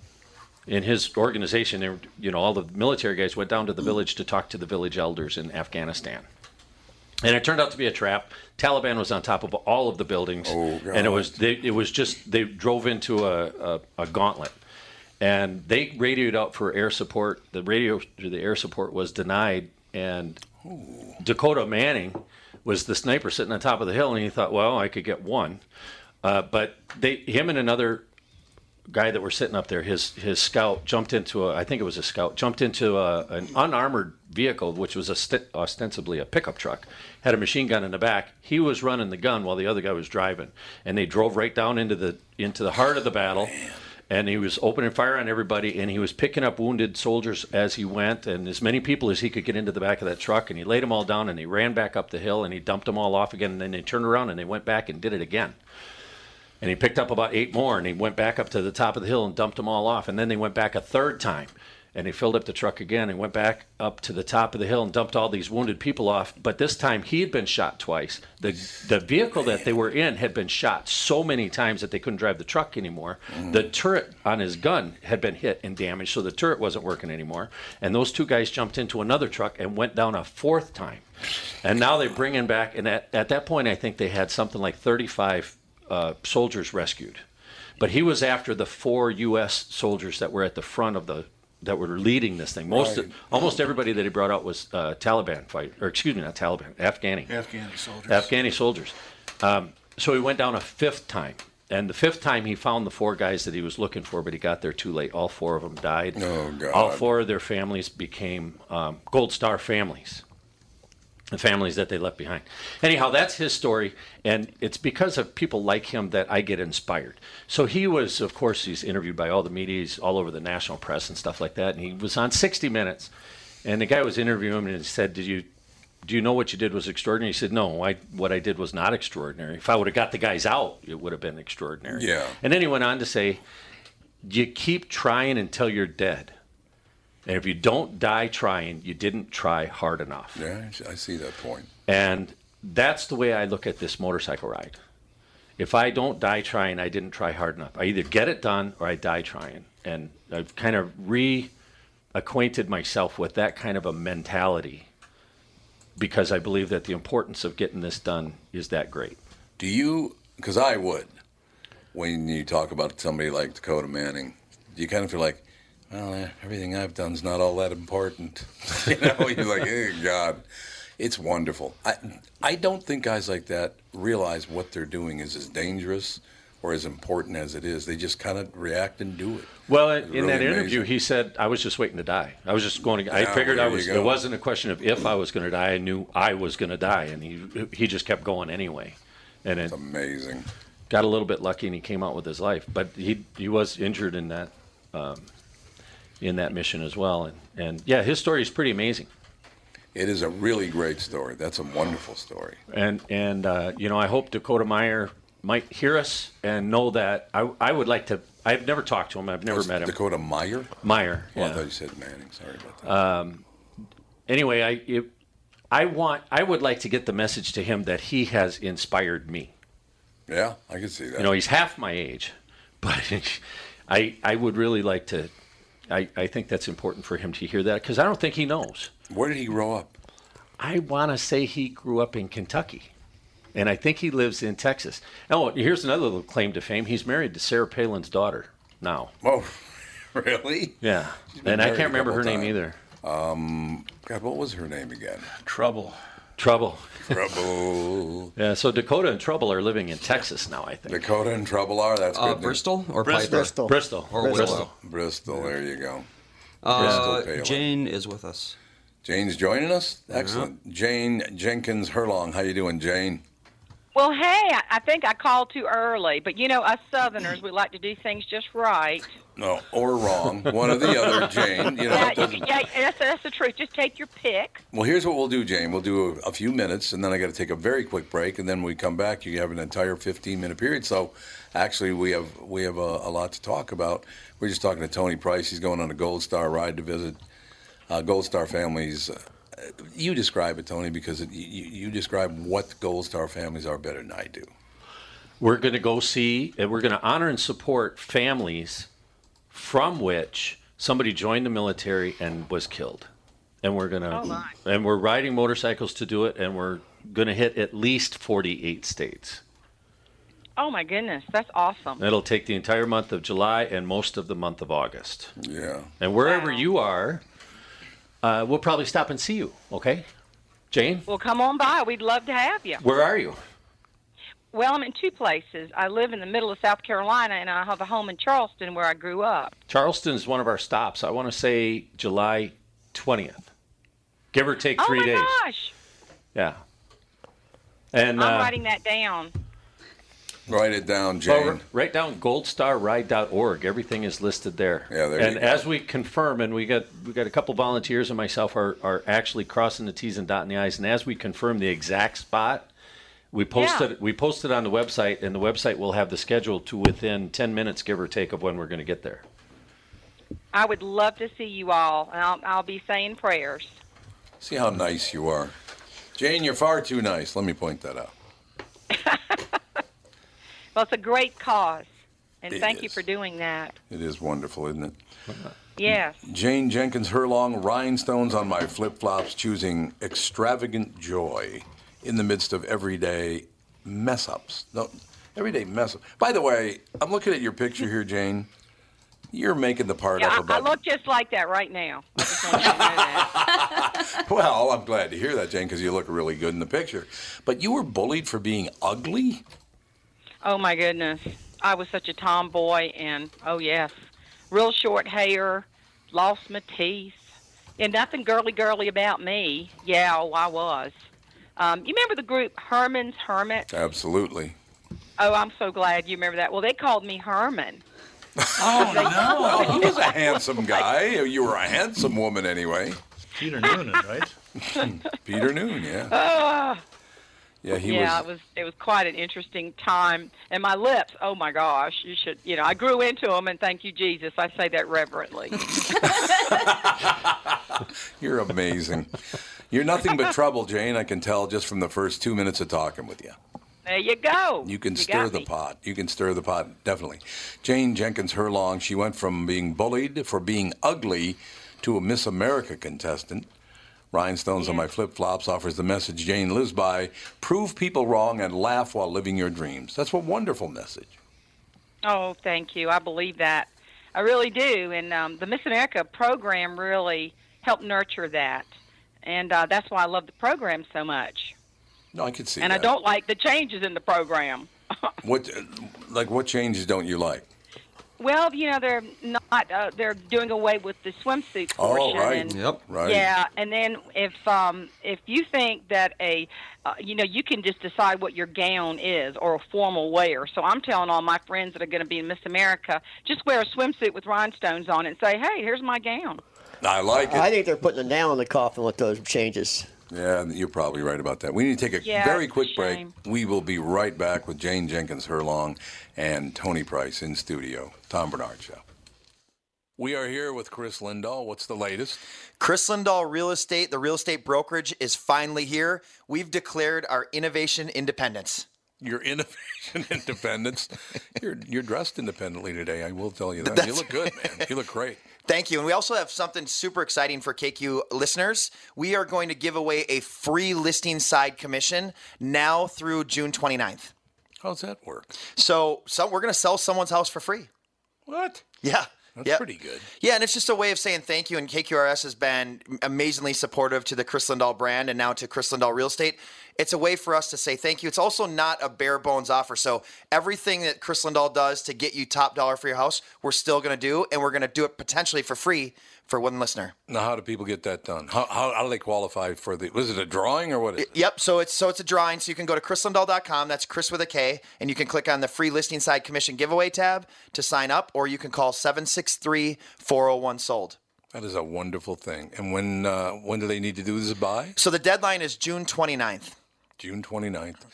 in his organization, they were- you know, all the military guys went down to the village to talk to the village elders in Afghanistan. And it turned out to be a trap. Taliban was on top of all of the buildings,
Oh,
and
God.
it was they, it was just they drove into a, a, a gauntlet, and they radioed out for air support. The radio the air support was denied, and Dakota Manning was the sniper sitting on top of the hill, and he thought, well, I could get one, uh, but they him and another guy that were sitting up there, his his scout jumped into a, I think it was a scout, jumped into a, an unarmored vehicle, which was ost- ostensibly a pickup truck, had a machine gun in the back. He was running the gun while the other guy was driving, and they drove right down into the into the heart of the battle. And he was opening fire on everybody, and he was picking up wounded soldiers as he went, and as many people as he could get into the back of that truck. And he laid them all down, and he ran back up the hill, and he dumped them all off again. And then they turned around and they went back and did it again. And he picked up about eight more and he went back up to the top of the hill and dumped them all off. And then they went back a third time and he filled up the truck again and went back up to the top of the hill and dumped all these wounded people off. But this time he had been shot twice. The, the vehicle that they were in had been shot so many times that they couldn't drive the truck anymore. The turret on his gun had been hit and damaged, so the turret wasn't working anymore. And those two guys jumped into another truck and went down a fourth time. And now they bring him back. And at, at that point, I think they had something like 35 uh, soldiers rescued. But he was after the four U.S. soldiers that were at the front of the that were leading this thing. Most
Right.
almost everybody that he brought out was uh, Taliban fight, or excuse me, not Taliban, Afghani,
Afghani soldiers.
Afghani soldiers. Um, so he went down a fifth time, And the fifth time, he found the four guys that he was looking for, but he got there too late. All four of them died.
Oh, God.
All four of their families became um, Gold Star families, the families that they left behind. Anyhow, that's his story, and it's because of people like him that I get inspired. So he was, of course, he's interviewed by all the medias, all over the national press and stuff like that, and he was on 60 Minutes, and the guy was interviewing him and he said, "Did you?" Do you know what you did was extraordinary? He said, No, I, what I did was not extraordinary. If I would have got the guys out, it would have been extraordinary.
Yeah.
And then he went on to say, You keep trying until you're dead. And if you don't die trying, you didn't try hard enough.
Yeah, I s- I see that point.
And that's the way I look at this motorcycle ride. If I don't die trying, I didn't try hard enough. I either get it done or I die trying. And I've kind of reacquainted myself with that kind of a mentality because I believe that the importance of getting this done is that great.
Do you? Because I would. When you talk about somebody like Dakota Manning, you kind of feel like, well, eh, everything I've done's not all that important. you know, you're like, eh, God, it's wonderful. I, I don't think guys like that realize what they're doing is as dangerous or as important as it is. They just kind of react and do it.
Well, in,
It's
in that
really
interview,
amazing.
he said, "I was just waiting to die. I was just going. To, I
Yeah,
figured I
there you
was.
go.
It wasn't a question of if I was going to die. I knew I was going to die, and he he just kept going anyway, and it
amazing.
got a little bit lucky, and he came out with his life. But he he was injured in that um, in that mission as well, and and yeah, his story is pretty amazing.
It is a really great story. That's a wonderful story.
and and uh, you know I hope Dakota Meyer might hear us and know that I I would like to. I've never talked to him. I've never
That's
met him.
Dakota Meyer.
Meyer.
Well, I
yeah. Um,
thought you said Manning. Sorry about that.
anyway, I it, I want I would like to get the message to him that he has inspired me.
yeah, I can see that.
You know, he's half my age, but I I would really like to. I, I think that's important for him to hear that because I don't think he knows.
Where did he grow up?
I want to say he grew up in Kentucky, and I think he lives in Texas. Oh, here's another little claim to fame. He's married to Sarah Palin's daughter now.
Oh, really?
Yeah,
been
and I
married
can't
a
remember her
couple
name
times. Um,
either.
God, what was her name again?
Trouble.
Trouble.
Trouble.
Yeah, so Dakota and Trouble are living in Texas now. I think
Dakota and Trouble are. That's
Uh,
good. news.
Bristol or
Bristol.
Piper?
Bristol.
Bristol
Or
Bristol.
Willow.
Bristol. There you go.
Uh,
Bristol Palin.
Jane is with us.
Jane's joining us. Excellent. Jane Jenkins Herlong. How you doing, Jane?
Well, hey, I- I think I called too early, but you know, us Southerners, we like to do things just right.
No, or wrong. One or the other, Jane. You know,
Yeah,
it
you,
doesn't-
yeah, that's, that's the truth. Just take your pick.
Well, here's what we'll do, Jane. We'll do a, a few minutes, and then I got to take a very quick break, and then when we come back, you have an entire 15 minute period. So, actually, we have we have a, a lot to talk about. We're just talking to Tony Price. He's going on a Gold Star ride to visit uh, Gold Star families. Uh, you describe it, Tony, because it, you, you describe what Gold Star families are better than I do.
we're going to go see and we're going to honor and support families from which somebody joined the military and was killed and we're going to
Oh, my.
and we're riding motorcycles to do it and we're going to hit at least 48 states
Oh my goodness, that's awesome.
it'll take the entire month of july and most of the month of august
Yeah.
and wherever
Wow.
you are uh, we'll probably stop and see you okay jane
Well, come on by. We'd love to have you.
where are you
Well, I'm in two places. I live in the middle of South Carolina, and I have a home in Charleston where I grew up.
charleston's one of our stops i want to say july 20th give or take
Oh
three
my
days
gosh,
Yeah. And
I'm
uh,
writing that down.
Write it down,
oh,
Jane.
r- write down goldstarride.org. Everything is listed there.
Yeah, there you
And
go.
as we confirm, and we got we got a couple volunteers and myself are, are actually crossing the T's and dotting the I's. And as we confirm the exact spot, we posted we posted on the website, and the website will have the schedule to within ten minutes, give or take, of when we're going to get there.
I would love to see you all, and I'll, I'll be saying prayers.
See how nice you are. Jane, you're far too nice. Let me point that out.
Well, it's a great cause, and
It
thank you
is.
for doing that.
It is wonderful, isn't it?
Mm.
Yes.
Jane Jenkins Herlong, Rhinestones on My Flip Flops, choosing extravagant joy in the midst of everyday mess ups. No, everyday mess ups. By the way, I'm looking at your picture here, Jane. You're making the part
Yeah,
up
I, I
about.
look just like that right now. I just want you to know that.
well, I'm glad to hear that, Jane, because you look really good in the picture. But you were bullied for being ugly?
Oh my goodness. I was such a tomboy, and oh yes, real short hair, lost my teeth, and nothing girly girly about me. Yeah, oh, I was. Um, you remember the group Herman's Hermit?
Absolutely.
Oh, I'm so glad you remember that. Well, they called me Herman.
Oh no! He was a handsome guy. You were a handsome woman anyway.
Peter Noonan, right?
Peter Noon, yeah,
Ah.
yeah. He was.
yeah, it was it was quite an interesting time. And my lips, oh my gosh, you should you know I grew into them, and thank you Jesus, I say that reverently.
You're amazing. You're nothing but trouble, Jane. I can tell just from the first two minutes of talking with you.
there you go.
You can
got
stir the
me.
pot. You can stir the pot, definitely. Jane Jenkins Hurlong, she went from being bullied for being ugly to a Miss America contestant. Rhinestones on My Flip Flops offers the message Jane lives by prove people wrong and laugh while living your dreams. That's a wonderful message.
Oh, thank you. I believe that. I really do. And um, the Miss America program really helped nurture that, and uh, that's why I love the program so much.
No, I could see
And I
that.
don't like the changes in the program.
What, like, what changes don't you like?
Well, you know they're not. Uh, they're doing away with the swimsuit
Oh,
portion.
right.
And,
Yep.
Right?
Yeah, and then if um, if you think that a, uh, you know, you can just decide what your gown is or a formal wear. So I'm telling all my friends that are going to be in Miss America, just wear a swimsuit with rhinestones on it and say, hey, here's my gown.
I like it.
I think they're putting a nail in the coffin with those changes.
Yeah, you're probably right about that. We need to take a
Yeah,
very
it's a
quick break.
shame.
We will be right back with Jane Jenkins Hurlong and Tony Price in studio. Tom Bernard Show. We are here with Chris Lindahl. What's the latest?
Chris Lindahl Real Estate, the real estate brokerage, is finally here. We've declared our innovation independence.
Your innovation independence. You're you're dressed independently today. I will tell you that. You
That's-
look good, man. You look great.
Thank you. And we also have something super exciting for KQ listeners. We are going to give away a free listing side commission now through June 29th.
How's that work?
So, so we're going to sell someone's house for free.
What?
Yeah.
That's
Yep.
pretty good.
Yeah, and it's just a way of saying thank you. And KQRS has been amazingly supportive to the Chris Lindahl brand and now to Chris Lindahl Real Estate. It's a way for us to say thank you. It's also not a bare bones offer. So everything that Chris Lindahl does to get you top dollar for your house, we're still going to do, and we're going to do it potentially for free for one listener.
Now, how do people get that done? How, how, how do they qualify for the? Was it a drawing or what is it?
Yep. So it's so it's a drawing. So you can go to chrislindahl.com. That's Chris with a K, and you can click on the free listing side commission giveaway tab to sign up, or you can call 763-401 sold.
That is a wonderful thing. And when uh, when do they need to do this by?
So the deadline is June 29th.
June 29th.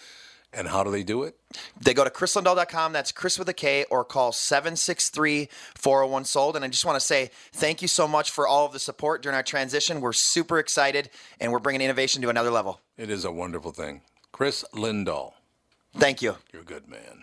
And how do they do it?
They go to chrislundell.com. That's Chris with a K or call 763 401 sold. And I just want to say thank you so much for all of the support during our transition. We're super excited and we're bringing innovation to another level.
It is a wonderful thing. Chris Lindahl,
Thank you.
you're a good man.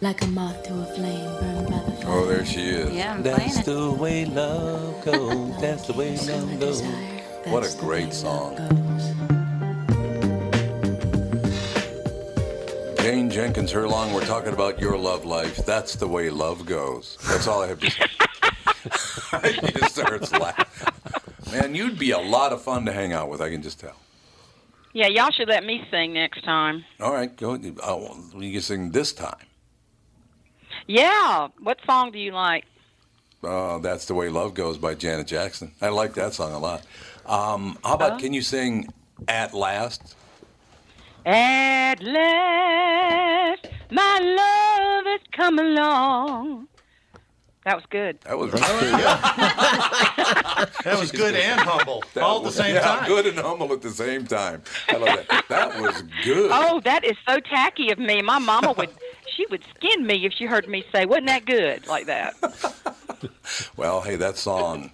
Like a moth to a flame burned by the fire.
Oh, there she is.
Yeah, I'm playing it.
the way love goes. That's the way love goes.
What a great song. Jane Jenkins Hurlong, we're talking about your love life. That's the way love goes. That's all I have to say. he just starts laughing. Man, you'd be a lot of fun to hang out with, I can just tell.
Yeah, y'all should let me sing next time.
All right, go. Oh, you can sing this time.
Yeah, what song do you like?
Oh, That's the Way Love Goes by Janet Jackson. I like that song a lot. Um, how about, can you sing At Last?
At last, my love has come along. That was good.
That was really good.
That was good and humble,
That
all at the
was-
same
yeah,
time.
Good and humble at the same time. I love that. That was good.
Oh, that is so tacky of me. My mama would, she would skin me if she heard me say, "Wasn't that good?" like that.
Well, hey, that song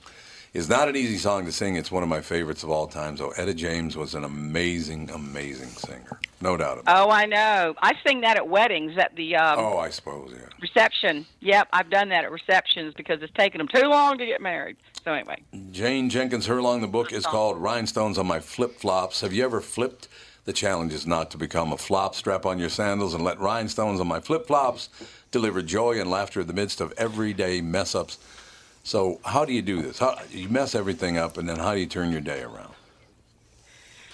is not an easy song to sing. It's one of my favorites of all time. So Etta James was an amazing, amazing singer, no doubt about
Oh, I know. I sing that at weddings at the um,
it. Oh, I suppose yeah.
reception. Yep, I've done that at receptions because it's taken them too long to get married. So anyway,
Jane Jenkins Hurlong. The book is called Rhinestones on My Flip Flops. Have you ever flipped? The challenge is not to become a flop. Strap on your sandals and let rhinestones on my flip flops deliver joy and laughter in the midst of everyday mess ups. So, how do you do this? How, you mess everything up, and then how do you turn your day around?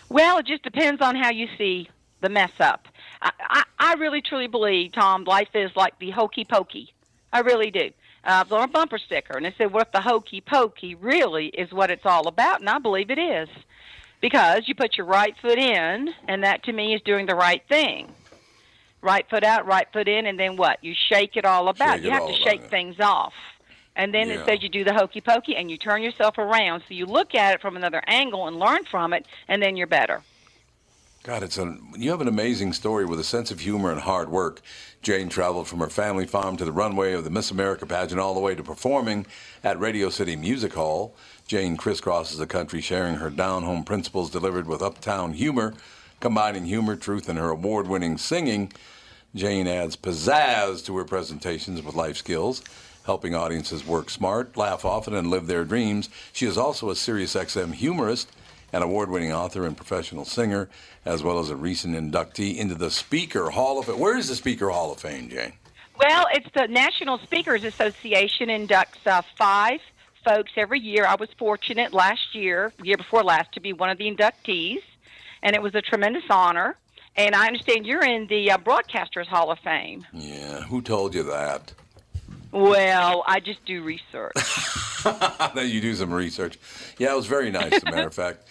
well, it just depends on how you see the mess up. I, I, I really truly believe, Tom, life is like the hokey pokey. I really do. Uh, I was on a bumper sticker, and it said, "What if the hokey pokey really is what it's all about?" And I believe it is, because you put your right foot in, and that to me is doing the right thing. Right foot out, right foot in, and then what? You shake it all about.
Shake
you
it
have
all
to
about,
shake things off. And then
Yeah.
it says you do the hokey pokey and you turn yourself around. So you look at it from another angle and learn from it, and then you're better.
God, it's an, you have an amazing story with a sense of humor and hard work. Jane traveled from her family farm to the runway of the Miss America pageant all the way to performing at Radio City Music Hall. Jane crisscrosses the country sharing her down home principles delivered with uptown humor, combining humor, truth, and her award winning singing. Jane adds pizzazz to her presentations with life skills, helping audiences work smart, laugh often, and live their dreams. She is also a Sirius XM humorist, an award winning author and professional singer, as well as a recent inductee into the Speaker Hall of Fame. Where is the Speaker Hall of Fame, Jane?
Well, it's the National Speakers Association inducts uh, five folks every year. I was fortunate last year, year before last, to be one of the inductees, and it was a tremendous honor. And I understand you're in the uh, Broadcasters Hall of Fame.
Yeah, who told you that?
Well, I just do research.
that you do some research. Yeah, it was very nice. As a matter of fact,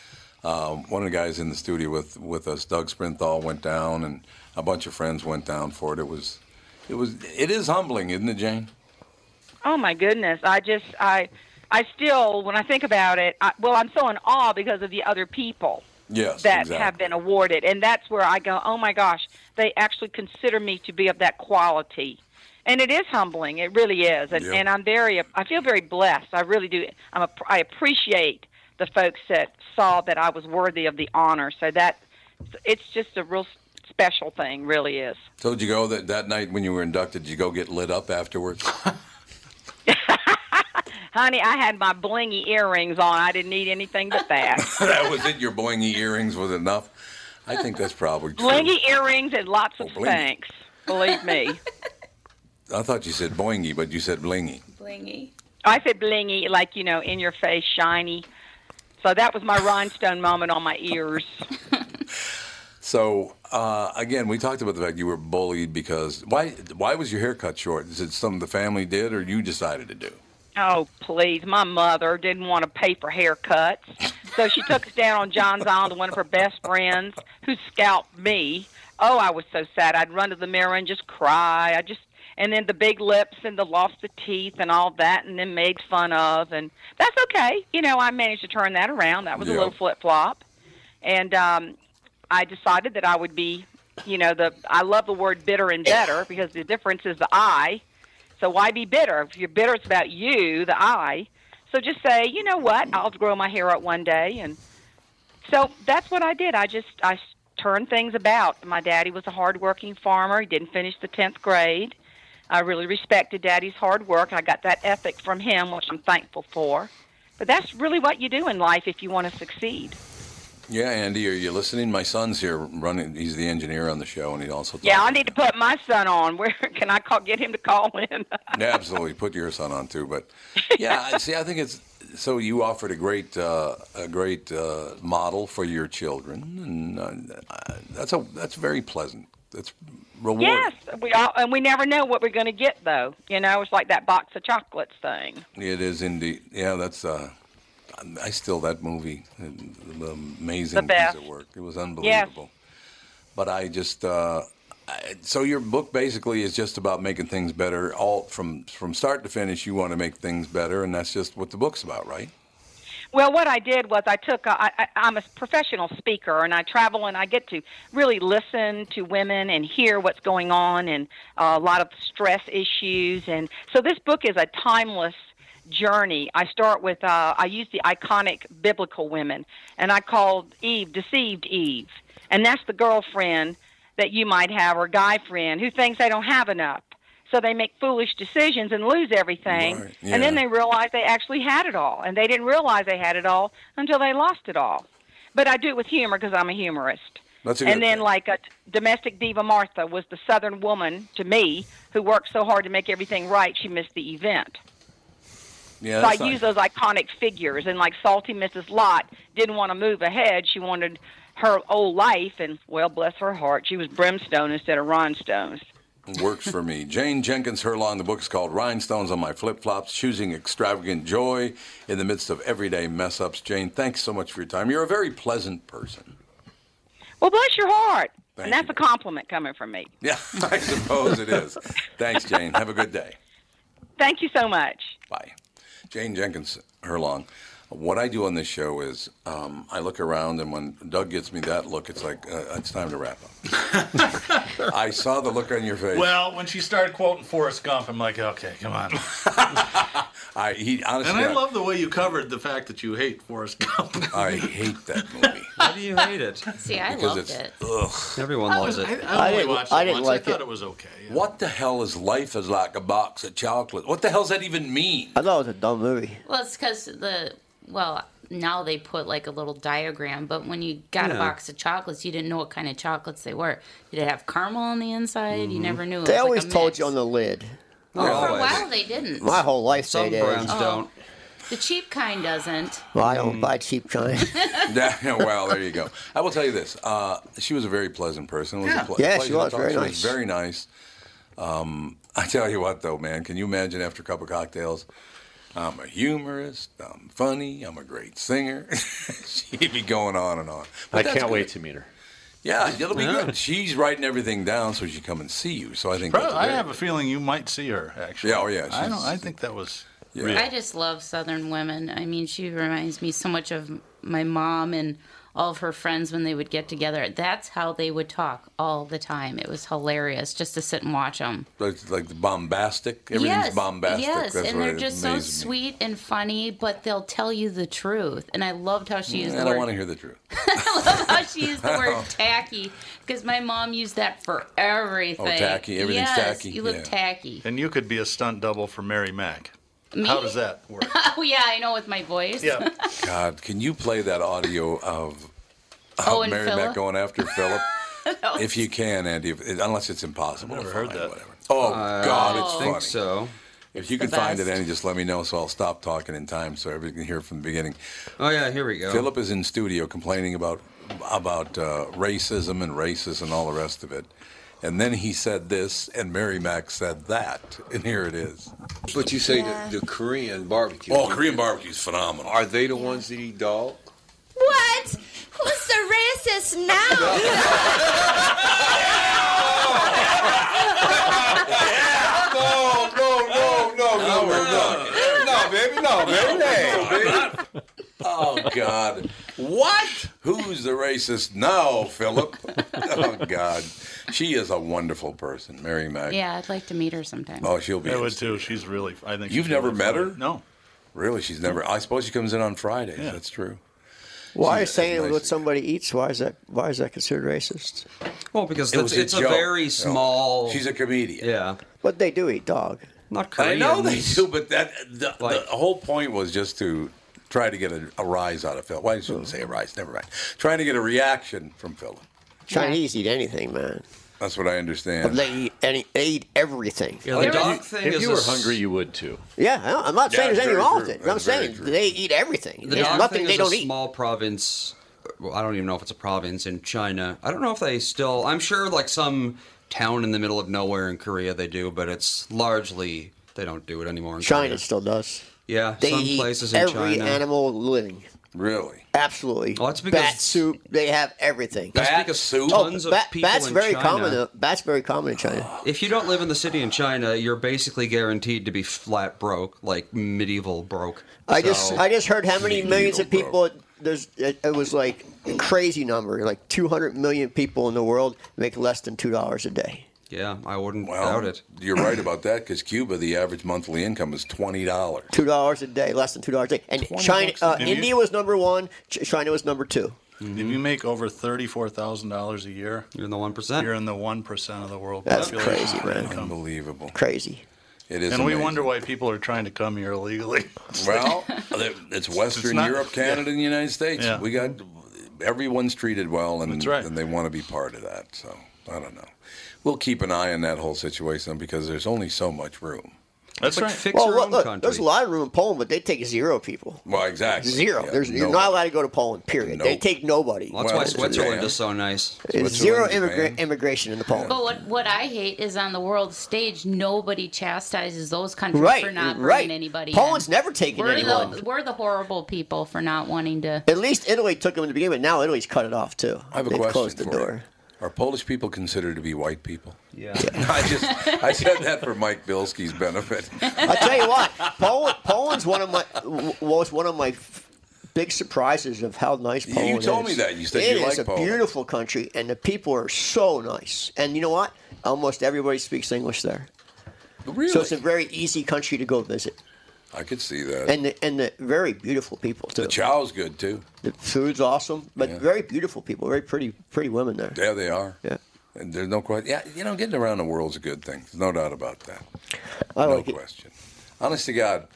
um, one of the guys in the studio with with us, Doug Sprinthal, went down, and a bunch of friends went down for it. It was, it was, it is humbling, isn't it, Jane?
Oh my goodness! I just I I still when I think about it, I, well, I'm so in awe because of the other people
Yes,
that
exactly.
have been awarded, and that's where I go. Oh my gosh, they actually consider me to be of that quality, and it is humbling. It really is, and,
Yeah.
and I'm very I feel very blessed. I really do. I'm a, I appreciate the folks that saw that I was worthy of the honor. So that it's just a real special thing, really is.
So did you go that that night when you were inducted? Did you go get lit up afterwards?
Honey, I had my blingy earrings on. I didn't need anything but that.
that was it. Your boingy earrings was enough. I think that's probably true.
Blingy earrings and lots of
Oh, blingy.
spanks. Believe me.
I thought you said boingy, but you said blingy.
blingy. I said blingy, like, you know, in your face, shiny. So that was my rhinestone moment on my ears.
So uh, again, we talked about the fact you were bullied because why? Why was your hair cut short? Is it something the family did, or you decided to do?
Oh, please. My mother didn't want to pay for haircuts. So she took us down on John's Island to one of her best friends who scalped me. Oh, I was so sad. I'd run to the mirror and just cry. I just and then the big lips and the loss of teeth and all that and then made fun of and that's okay. You know, I managed to turn that around. That was a
Yeah.
little flip flop. And um I decided that I would be you know, the I love the word bitter and better because the difference is the I. So why be bitter? If you're bitter, it's about you, the I. So just say, you know what? I'll grow my hair out one day, and so that's what I did. I just I s- turned things about. My daddy was a hardworking farmer. He didn't finish the tenth grade. I really respected daddy's hard work. I got that ethic from him, which I'm thankful for. But that's really what you do in life if you want to succeed.
Yeah, Andy, are you listening? My son's here running. He's the engineer on the show, and he also talks.
Yeah, I need to put my son on. Where can I call? Get him to call in.
Yeah, absolutely. Put your son on too, but yeah. I- see, I think it's so. You offered a great, uh, a great uh, model for your children, and uh, that's a that's very pleasant. That's rewarding.
Yes, we all, and we never know what we're going to get though. You know, it's like that box of chocolates thing.
It is indeed. Yeah, that's. Uh, I still that movie, uh, the amazing piece
best.
of work. It was unbelievable. But I just. Uh, I, so your book basically is just about making things better. All from from start to finish, you want to make things better, and that's just what the book's about, right?
Well, what I did was I took a, I, I, I'm a professional speaker, and I travel and I get to really listen to women and hear what's going on and uh, a lot of stress issues. And so this book is a timeless journey. I start with uh, I use the iconic biblical women, and I called Eve deceived Eve, and that's the girlfriend that you might have or guy friend who thinks they don't have enough. So they make foolish decisions and lose everything,
Right,
and then
yeah.
they realize they actually had it all, and they didn't realize they had it all until they lost it all. But I do it with humor because I'm a humorist
That's a
and
good-
then, like a domestic diva, Martha was the Southern woman to me who worked so hard to make everything right. She missed the event.
Yeah,
so I
that's not-
use those iconic figures, and like salty Mrs. Lot didn't want to move ahead. She wanted her old life, and well, bless her heart, she was brimstone instead of rhinestones.
works for me. Jane Jenkins Hurlong. The book is called Rhinestones on My Flip Flops Choosing Extravagant Joy in the Midst of Everyday Mess Ups. Jane, thanks so much for your time. You're a very pleasant person.
Well, bless your heart,
Thank
and that's a compliment coming from me.
Yeah, I suppose it is. Thanks, Jane. Have a good day.
Thank you so much.
Bye. Jane Jenkins Herlong. What I do on this show is um, I look around, and when Doug gets me that look, it's like uh, it's time to wrap up. I saw the look on your face.
Well, when she started quoting Forrest Gump, I'm like, okay, come on.
I he honestly.
and I love the way you covered the fact that you hate Forrest Gump.
I hate that movie.
Why do you hate it?
See, I
Because
loved
it's-
it.
Ugh.
Everyone
I was-
loves it.
I- I I only didn't- watched it I didn't once. I like thought it. it was okay.
What the hell is life is like a box of chocolate? What the hell does that even mean?
I thought it was a dumb movie.
Well, it's because the well now they put like a little diagram, but when you got a
Yeah.
box of chocolates, you didn't know what kind of chocolates they were. Did it have caramel on the inside?
Mm-hmm.
Mm-hmm.
You never knew. It
They
was
always
like a
told you on the lid.
Oh, for a while they didn't.
My whole life
Some
they did.
brands Oh. don't. The cheap kind doesn't.
Well, I
Mm.
don't buy cheap kind.
Yeah, well, there you go. I will tell you this. Uh, she was a very pleasant person. It was a
Yeah.
ple-
Yeah, she
pleasure to
was
talk
very
to.
nice.
very nice. Um, I tell you what, though, man, can you imagine after a couple of cocktails? I'm a humorist. I'm funny. I'm a great singer. She'd be going on and on.
I can't
that's
wait
good.
to meet her.
Yeah, it'll be
Yeah.
good. She's writing everything down so she come and see you. So I think
Probably,
that's
I
great.
have a feeling you might see her actually.
Yeah, oh, yeah,
I don't.
she's-
I think that was.
Yeah.
real.
I just love Southern women. I mean, she reminds me so much of my mom and all of her friends when they would get together. That's how they would talk all the time. It was hilarious just to sit and watch them.
like, like the bombastic. Everything's
yes,
bombastic.
Yes,
that's
and
what
they're
it
just so
amazes me.
sweet and funny, but they'll tell you the truth. And I loved how she
Mm,
used
I
the
don't
word.
want to hear the truth.
I love how she used the word tacky because my mom used that for
Oh,
everything.
tacky. Everything's
yes,
tacky.
You look
Yeah.
tacky.
And you could be a stunt double for Mary Mack.
Me?
How does that work?
oh yeah, I know with my voice.
Yeah.
God, can you play that audio of, of
Oh, and
Mary
Philip?
Mac going after Philip? if you can, Andy, if, unless it's impossible. Never heard that. Whatever. Oh
I
God,
don't
it's
think
funny.
so.
If you
It's
can
the
find it,
best.
Andy, just let me know so I'll stop talking in time so everybody can hear from the beginning.
Oh yeah, here we go.
Philip is in studio complaining about about uh, racism and racism and all the rest of it. And then he said this, and Mary Mac said that, and here it is.
But you say the, the Korean barbecue.
Oh, Korean barbecue is phenomenal.
Are they the ones that eat dog?
What? Who's the racist now?
No, no, no, no, no, no, no, no, baby, no, baby, hey, baby.
Oh God! What? Who's the racist now, Philip? Oh God! She is a wonderful person, Mary Mac.
Yeah, I'd like to meet her sometime.
Oh, she'll be.
I would too. She's really. I think
You've
she's
never
really
met
funny.
her?
No.
Really, she's never. I suppose she comes in on Fridays. That's true.
Why
She's
is saying
nice.
what somebody eats? Why is that? Why is that considered racist?
Well, because
It
that's,
was a
it's a
joke.
very
No.
small.
She's a comedian.
Yeah.
But they do eat dog.
Not
I know they do, but that the, the whole point was just to try to get a, a rise out of Philip. Why shouldn't say a rise? Never mind. Trying to get a reaction from Philip.
Chinese eat anything, man.
That's what I understand.
They eat any. They eat everything.
Yeah, the There dog is- thing if is you a were s- hungry, you would too.
Yeah, I don't- I'm not
Yeah,
saying
it's
there's anything
very
wrong with
true.
it. I'm
That's very
saying they eat everything.
The
There's
dog
nothing
thing
they
is
don't
a
eat.
small province. Well, I don't even know if it's a province in China. I don't know if they still. I'm sure like some town in the middle of nowhere in Korea they do, but it's largely they don't do it anymore. In
China
Korea.
still does.
Yeah,
They
some
eat
places in
every
China.
animal living.
Really?
Absolutely.
Well, that's because
Bat soup. They have everything. Oh,
That's because soup? tons of
bat,
people
bat's
in
very
China-
common. uh, Bat's very common in China.
If you don't live in the city in China, you're basically guaranteed to be flat broke, like medieval broke.
I just
So-
I just heard how many millions of people. There's it, it was like a crazy number, like 200 million people in the world make less than two dollars a day.
Yeah, I wouldn't
doubt it. You're right about that because Cuba, the average monthly income is twenty dollars.
Two dollars a day, less than two dollars a day, and China,
bucks a
uh,
day.
India was number one. Ch- China was number two.
If you make over thirty-four thousand dollars a year,
you're in the one percent.
You're in the one percent of the world.
That's
population.
crazy, man.
Unbelievable.
Crazy.
It is.
and we
amazing.
wonder why people are trying to come here illegally.
Well, uh, it's Western
not-
Europe, Canada, and the United States.
Yeah.
We got everyone's treated well, and,
That's right.
and they want to be part of that. So I don't know. We'll keep an eye on that whole situation because there's only so much room.
That's
Like,
right.
fix
well,
your
look,
own
look,
country.
there's a lot of room in Poland, but they take zero people.
Well, exactly.
Zero.
Yeah,
There's, you're
no.
not allowed to go to Poland. Period. They
Nope.
take nobody.
Well, that's why Switzerland is so nice.
There's zero immigra- immigration in the Poland.
But what what I hate is on the world stage, nobody chastises those countries
Right,
for not bringing
right.
anybody.
Poland's
in.
never taken
we're
anyone.
The, we're the horrible people for not wanting to.
At least Italy took them in the beginning, but now Italy's cut it off too.
I have a
They've
question
closed the
for
door.
you. Are Polish people considered to be white people? Yeah. I just I said that for Mike Bilski's benefit.
I tell you what, Poland, Poland's one of my w- was one of my f- big surprises of how nice
You
Poland is.
told me that. You said
It
you
is
like
a
Poland.
beautiful country, and the people are so nice. And you know what? Almost everybody speaks English there.
Really?
So it's a very easy country to go visit,
I could see that.
and the, and the very beautiful people too.
the chow's good too.
The food's awesome, but very beautiful people, very pretty pretty women there.
Yeah, they are.
Yeah.
And there's no question. Yeah, you know, getting around the world's a good thing. There's no doubt about that.
I
no
like it.
question. Honest to God,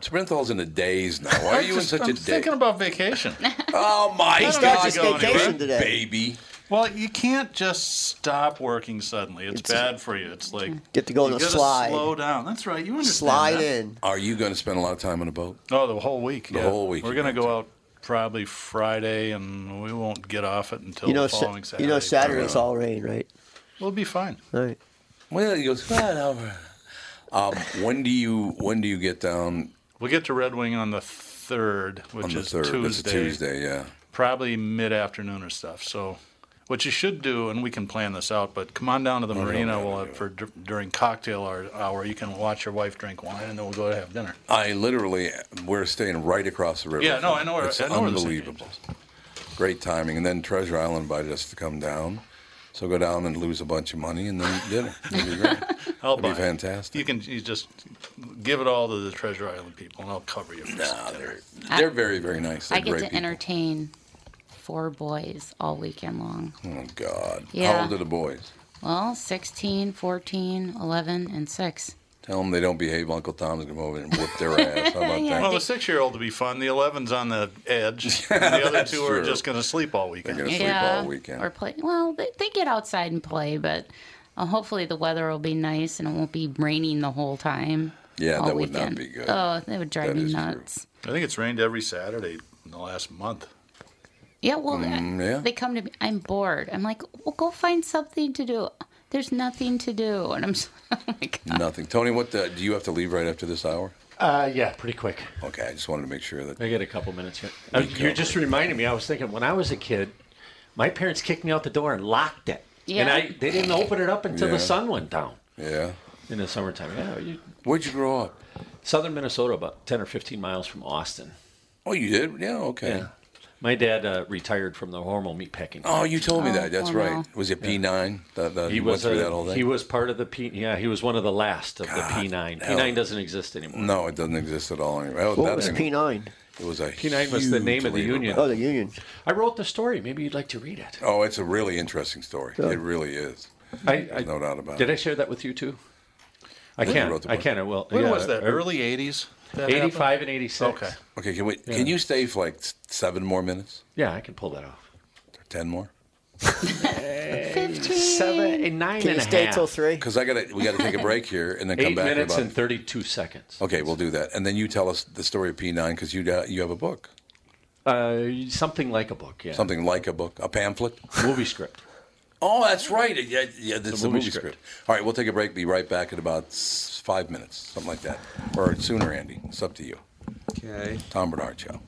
Sprinthal's in a daze now. Why
I'm
are you
just-
in such
I'm
a daze?
thinking about vacation.
Oh my
He starts
God,
his vacation
baby.
today.
baby.
Well, you can't just stop working suddenly. It's, bad for you. It's like you
have to go
on a
gotta
slide.
Slow down. That's right. You understand? that.
Are you going to spend a lot of time on a boat?
Oh, the whole week.
The
yeah.
whole week.
We're gonna go out probably Friday, and we won't get off it until
You know,
the
Sa-
following Saturday.
you know, Saturday's
Yeah.
all rain, right?
We'll be fine.
Right.
Well, he goes, "Fine, all right." Um, when do you when do you get down?
We'll get to Red Wing on the third, which
On the
is
3rd.
Tuesday.
That's a Tuesday, yeah.
Probably mid afternoon or stuff. So, what you should do, and we can plan this out, but come on down to the
Oh, no,
marina.
no,
we'll have for dur- during cocktail hour, hour. You can watch your wife drink wine, and then we'll go to have dinner.
I literally we're staying right across the river.
Yeah, no,
from
I know
it.
where-
It's
I know where the St.
unbelievable. Great timing, and then Treasure Island invited us to come down, so go down and lose a bunch of money, and then dinner. It'd be great.
I'll
It'd be
buy it.
fantastic.
You can you just give it all to the Treasure Island people, and I'll cover you. For nah,
they're
I-
They're very very nice. They're
I get
great
to
people.
entertain four boys all weekend long.
Hmm.
Oh God! How
Yeah.
old are the boys?
Well, 16, 14, 11, and 6.
Tell them they don't behave. Uncle Tom's gonna come over and whoop their ass. How about
Yeah,
that?
Well, the six-year-old will be fun. The 11's on the edge. and the other
That's
two are
true.
just going to sleep all weekend.
They're gonna sleep all weekend.
Or play. Well, they, they get outside and play, but uh, hopefully the weather will be nice and it won't be raining the whole time.
Yeah,
all
that would not
weekend.
be good.
Oh, that would drive
That is
me
true.
nuts.
I think it's rained every Saturday in the last month.
Yeah, well,
Mm, yeah.
they come to me. I'm bored. I'm like, well, go find something to do. There's nothing to do, and I'm. s-
Nothing. Tony, what the, do you have to leave right after this hour?
Uh, yeah, pretty quick.
Okay, I just wanted to make sure that
I got a couple minutes here.
We
Uh, you
covered
just reminded me. I was thinking when I was a kid, my parents kicked me out the door and locked it, and
Yeah.
I they didn't open it up until
Yeah.
the sun went down
Yeah.
in the summertime. Yeah, you,
where'd you grow up?
Southern Minnesota, about ten or fifteen miles from Austin.
Oh, you did? Yeah. Okay.
Yeah. My dad uh, retired from the hormel meatpacking.
Oh, you told me that. That's
oh,
right.
no.
Was it P nine?
He
went
was
through
a-
that whole thing.
he was part of the P. Yeah, he was one of the last of the P nine. P nine doesn't exist anymore.
No, it doesn't exist at all anymore. Oh,
What was
that's-
P9?
It was a
P9 was the
huge
name of the
labor
union.
battle.
union.
I wrote the story. Maybe you'd like to read it.
Oh, it's a really interesting story.
Yeah.
It really is.
I-
There's no doubt about
Did
it.
I share that with you too? I
Yeah.
can.
Wrote the
I
book.
can. I will.
When
yeah,
was that?
I-
Early 80s? that
85
happened?
and 86.
Okay.
Okay, can we? Can you stay for like s- seven more minutes?
Yeah, I can pull that off.
Ten more.
15. Seven, eight, nine and a half.
three?
Because I got to. We got to take a break here and then come
Eight
back. in
minutes
about-
and 32 seconds.
Okay, we'll do that, and then you tell us the story of P nine because you got you have a book,
Uh, something like a book, yeah.
something like a book, a pamphlet,
movie script.
Oh, that's right. Yeah, yeah that's
It's
the
a
movie,
movie
script. All right, we'll take a break. Be right back in about s- five minutes, something like that, or sooner, Andy. It's up to you.
Okay.
Tom Bernard Show.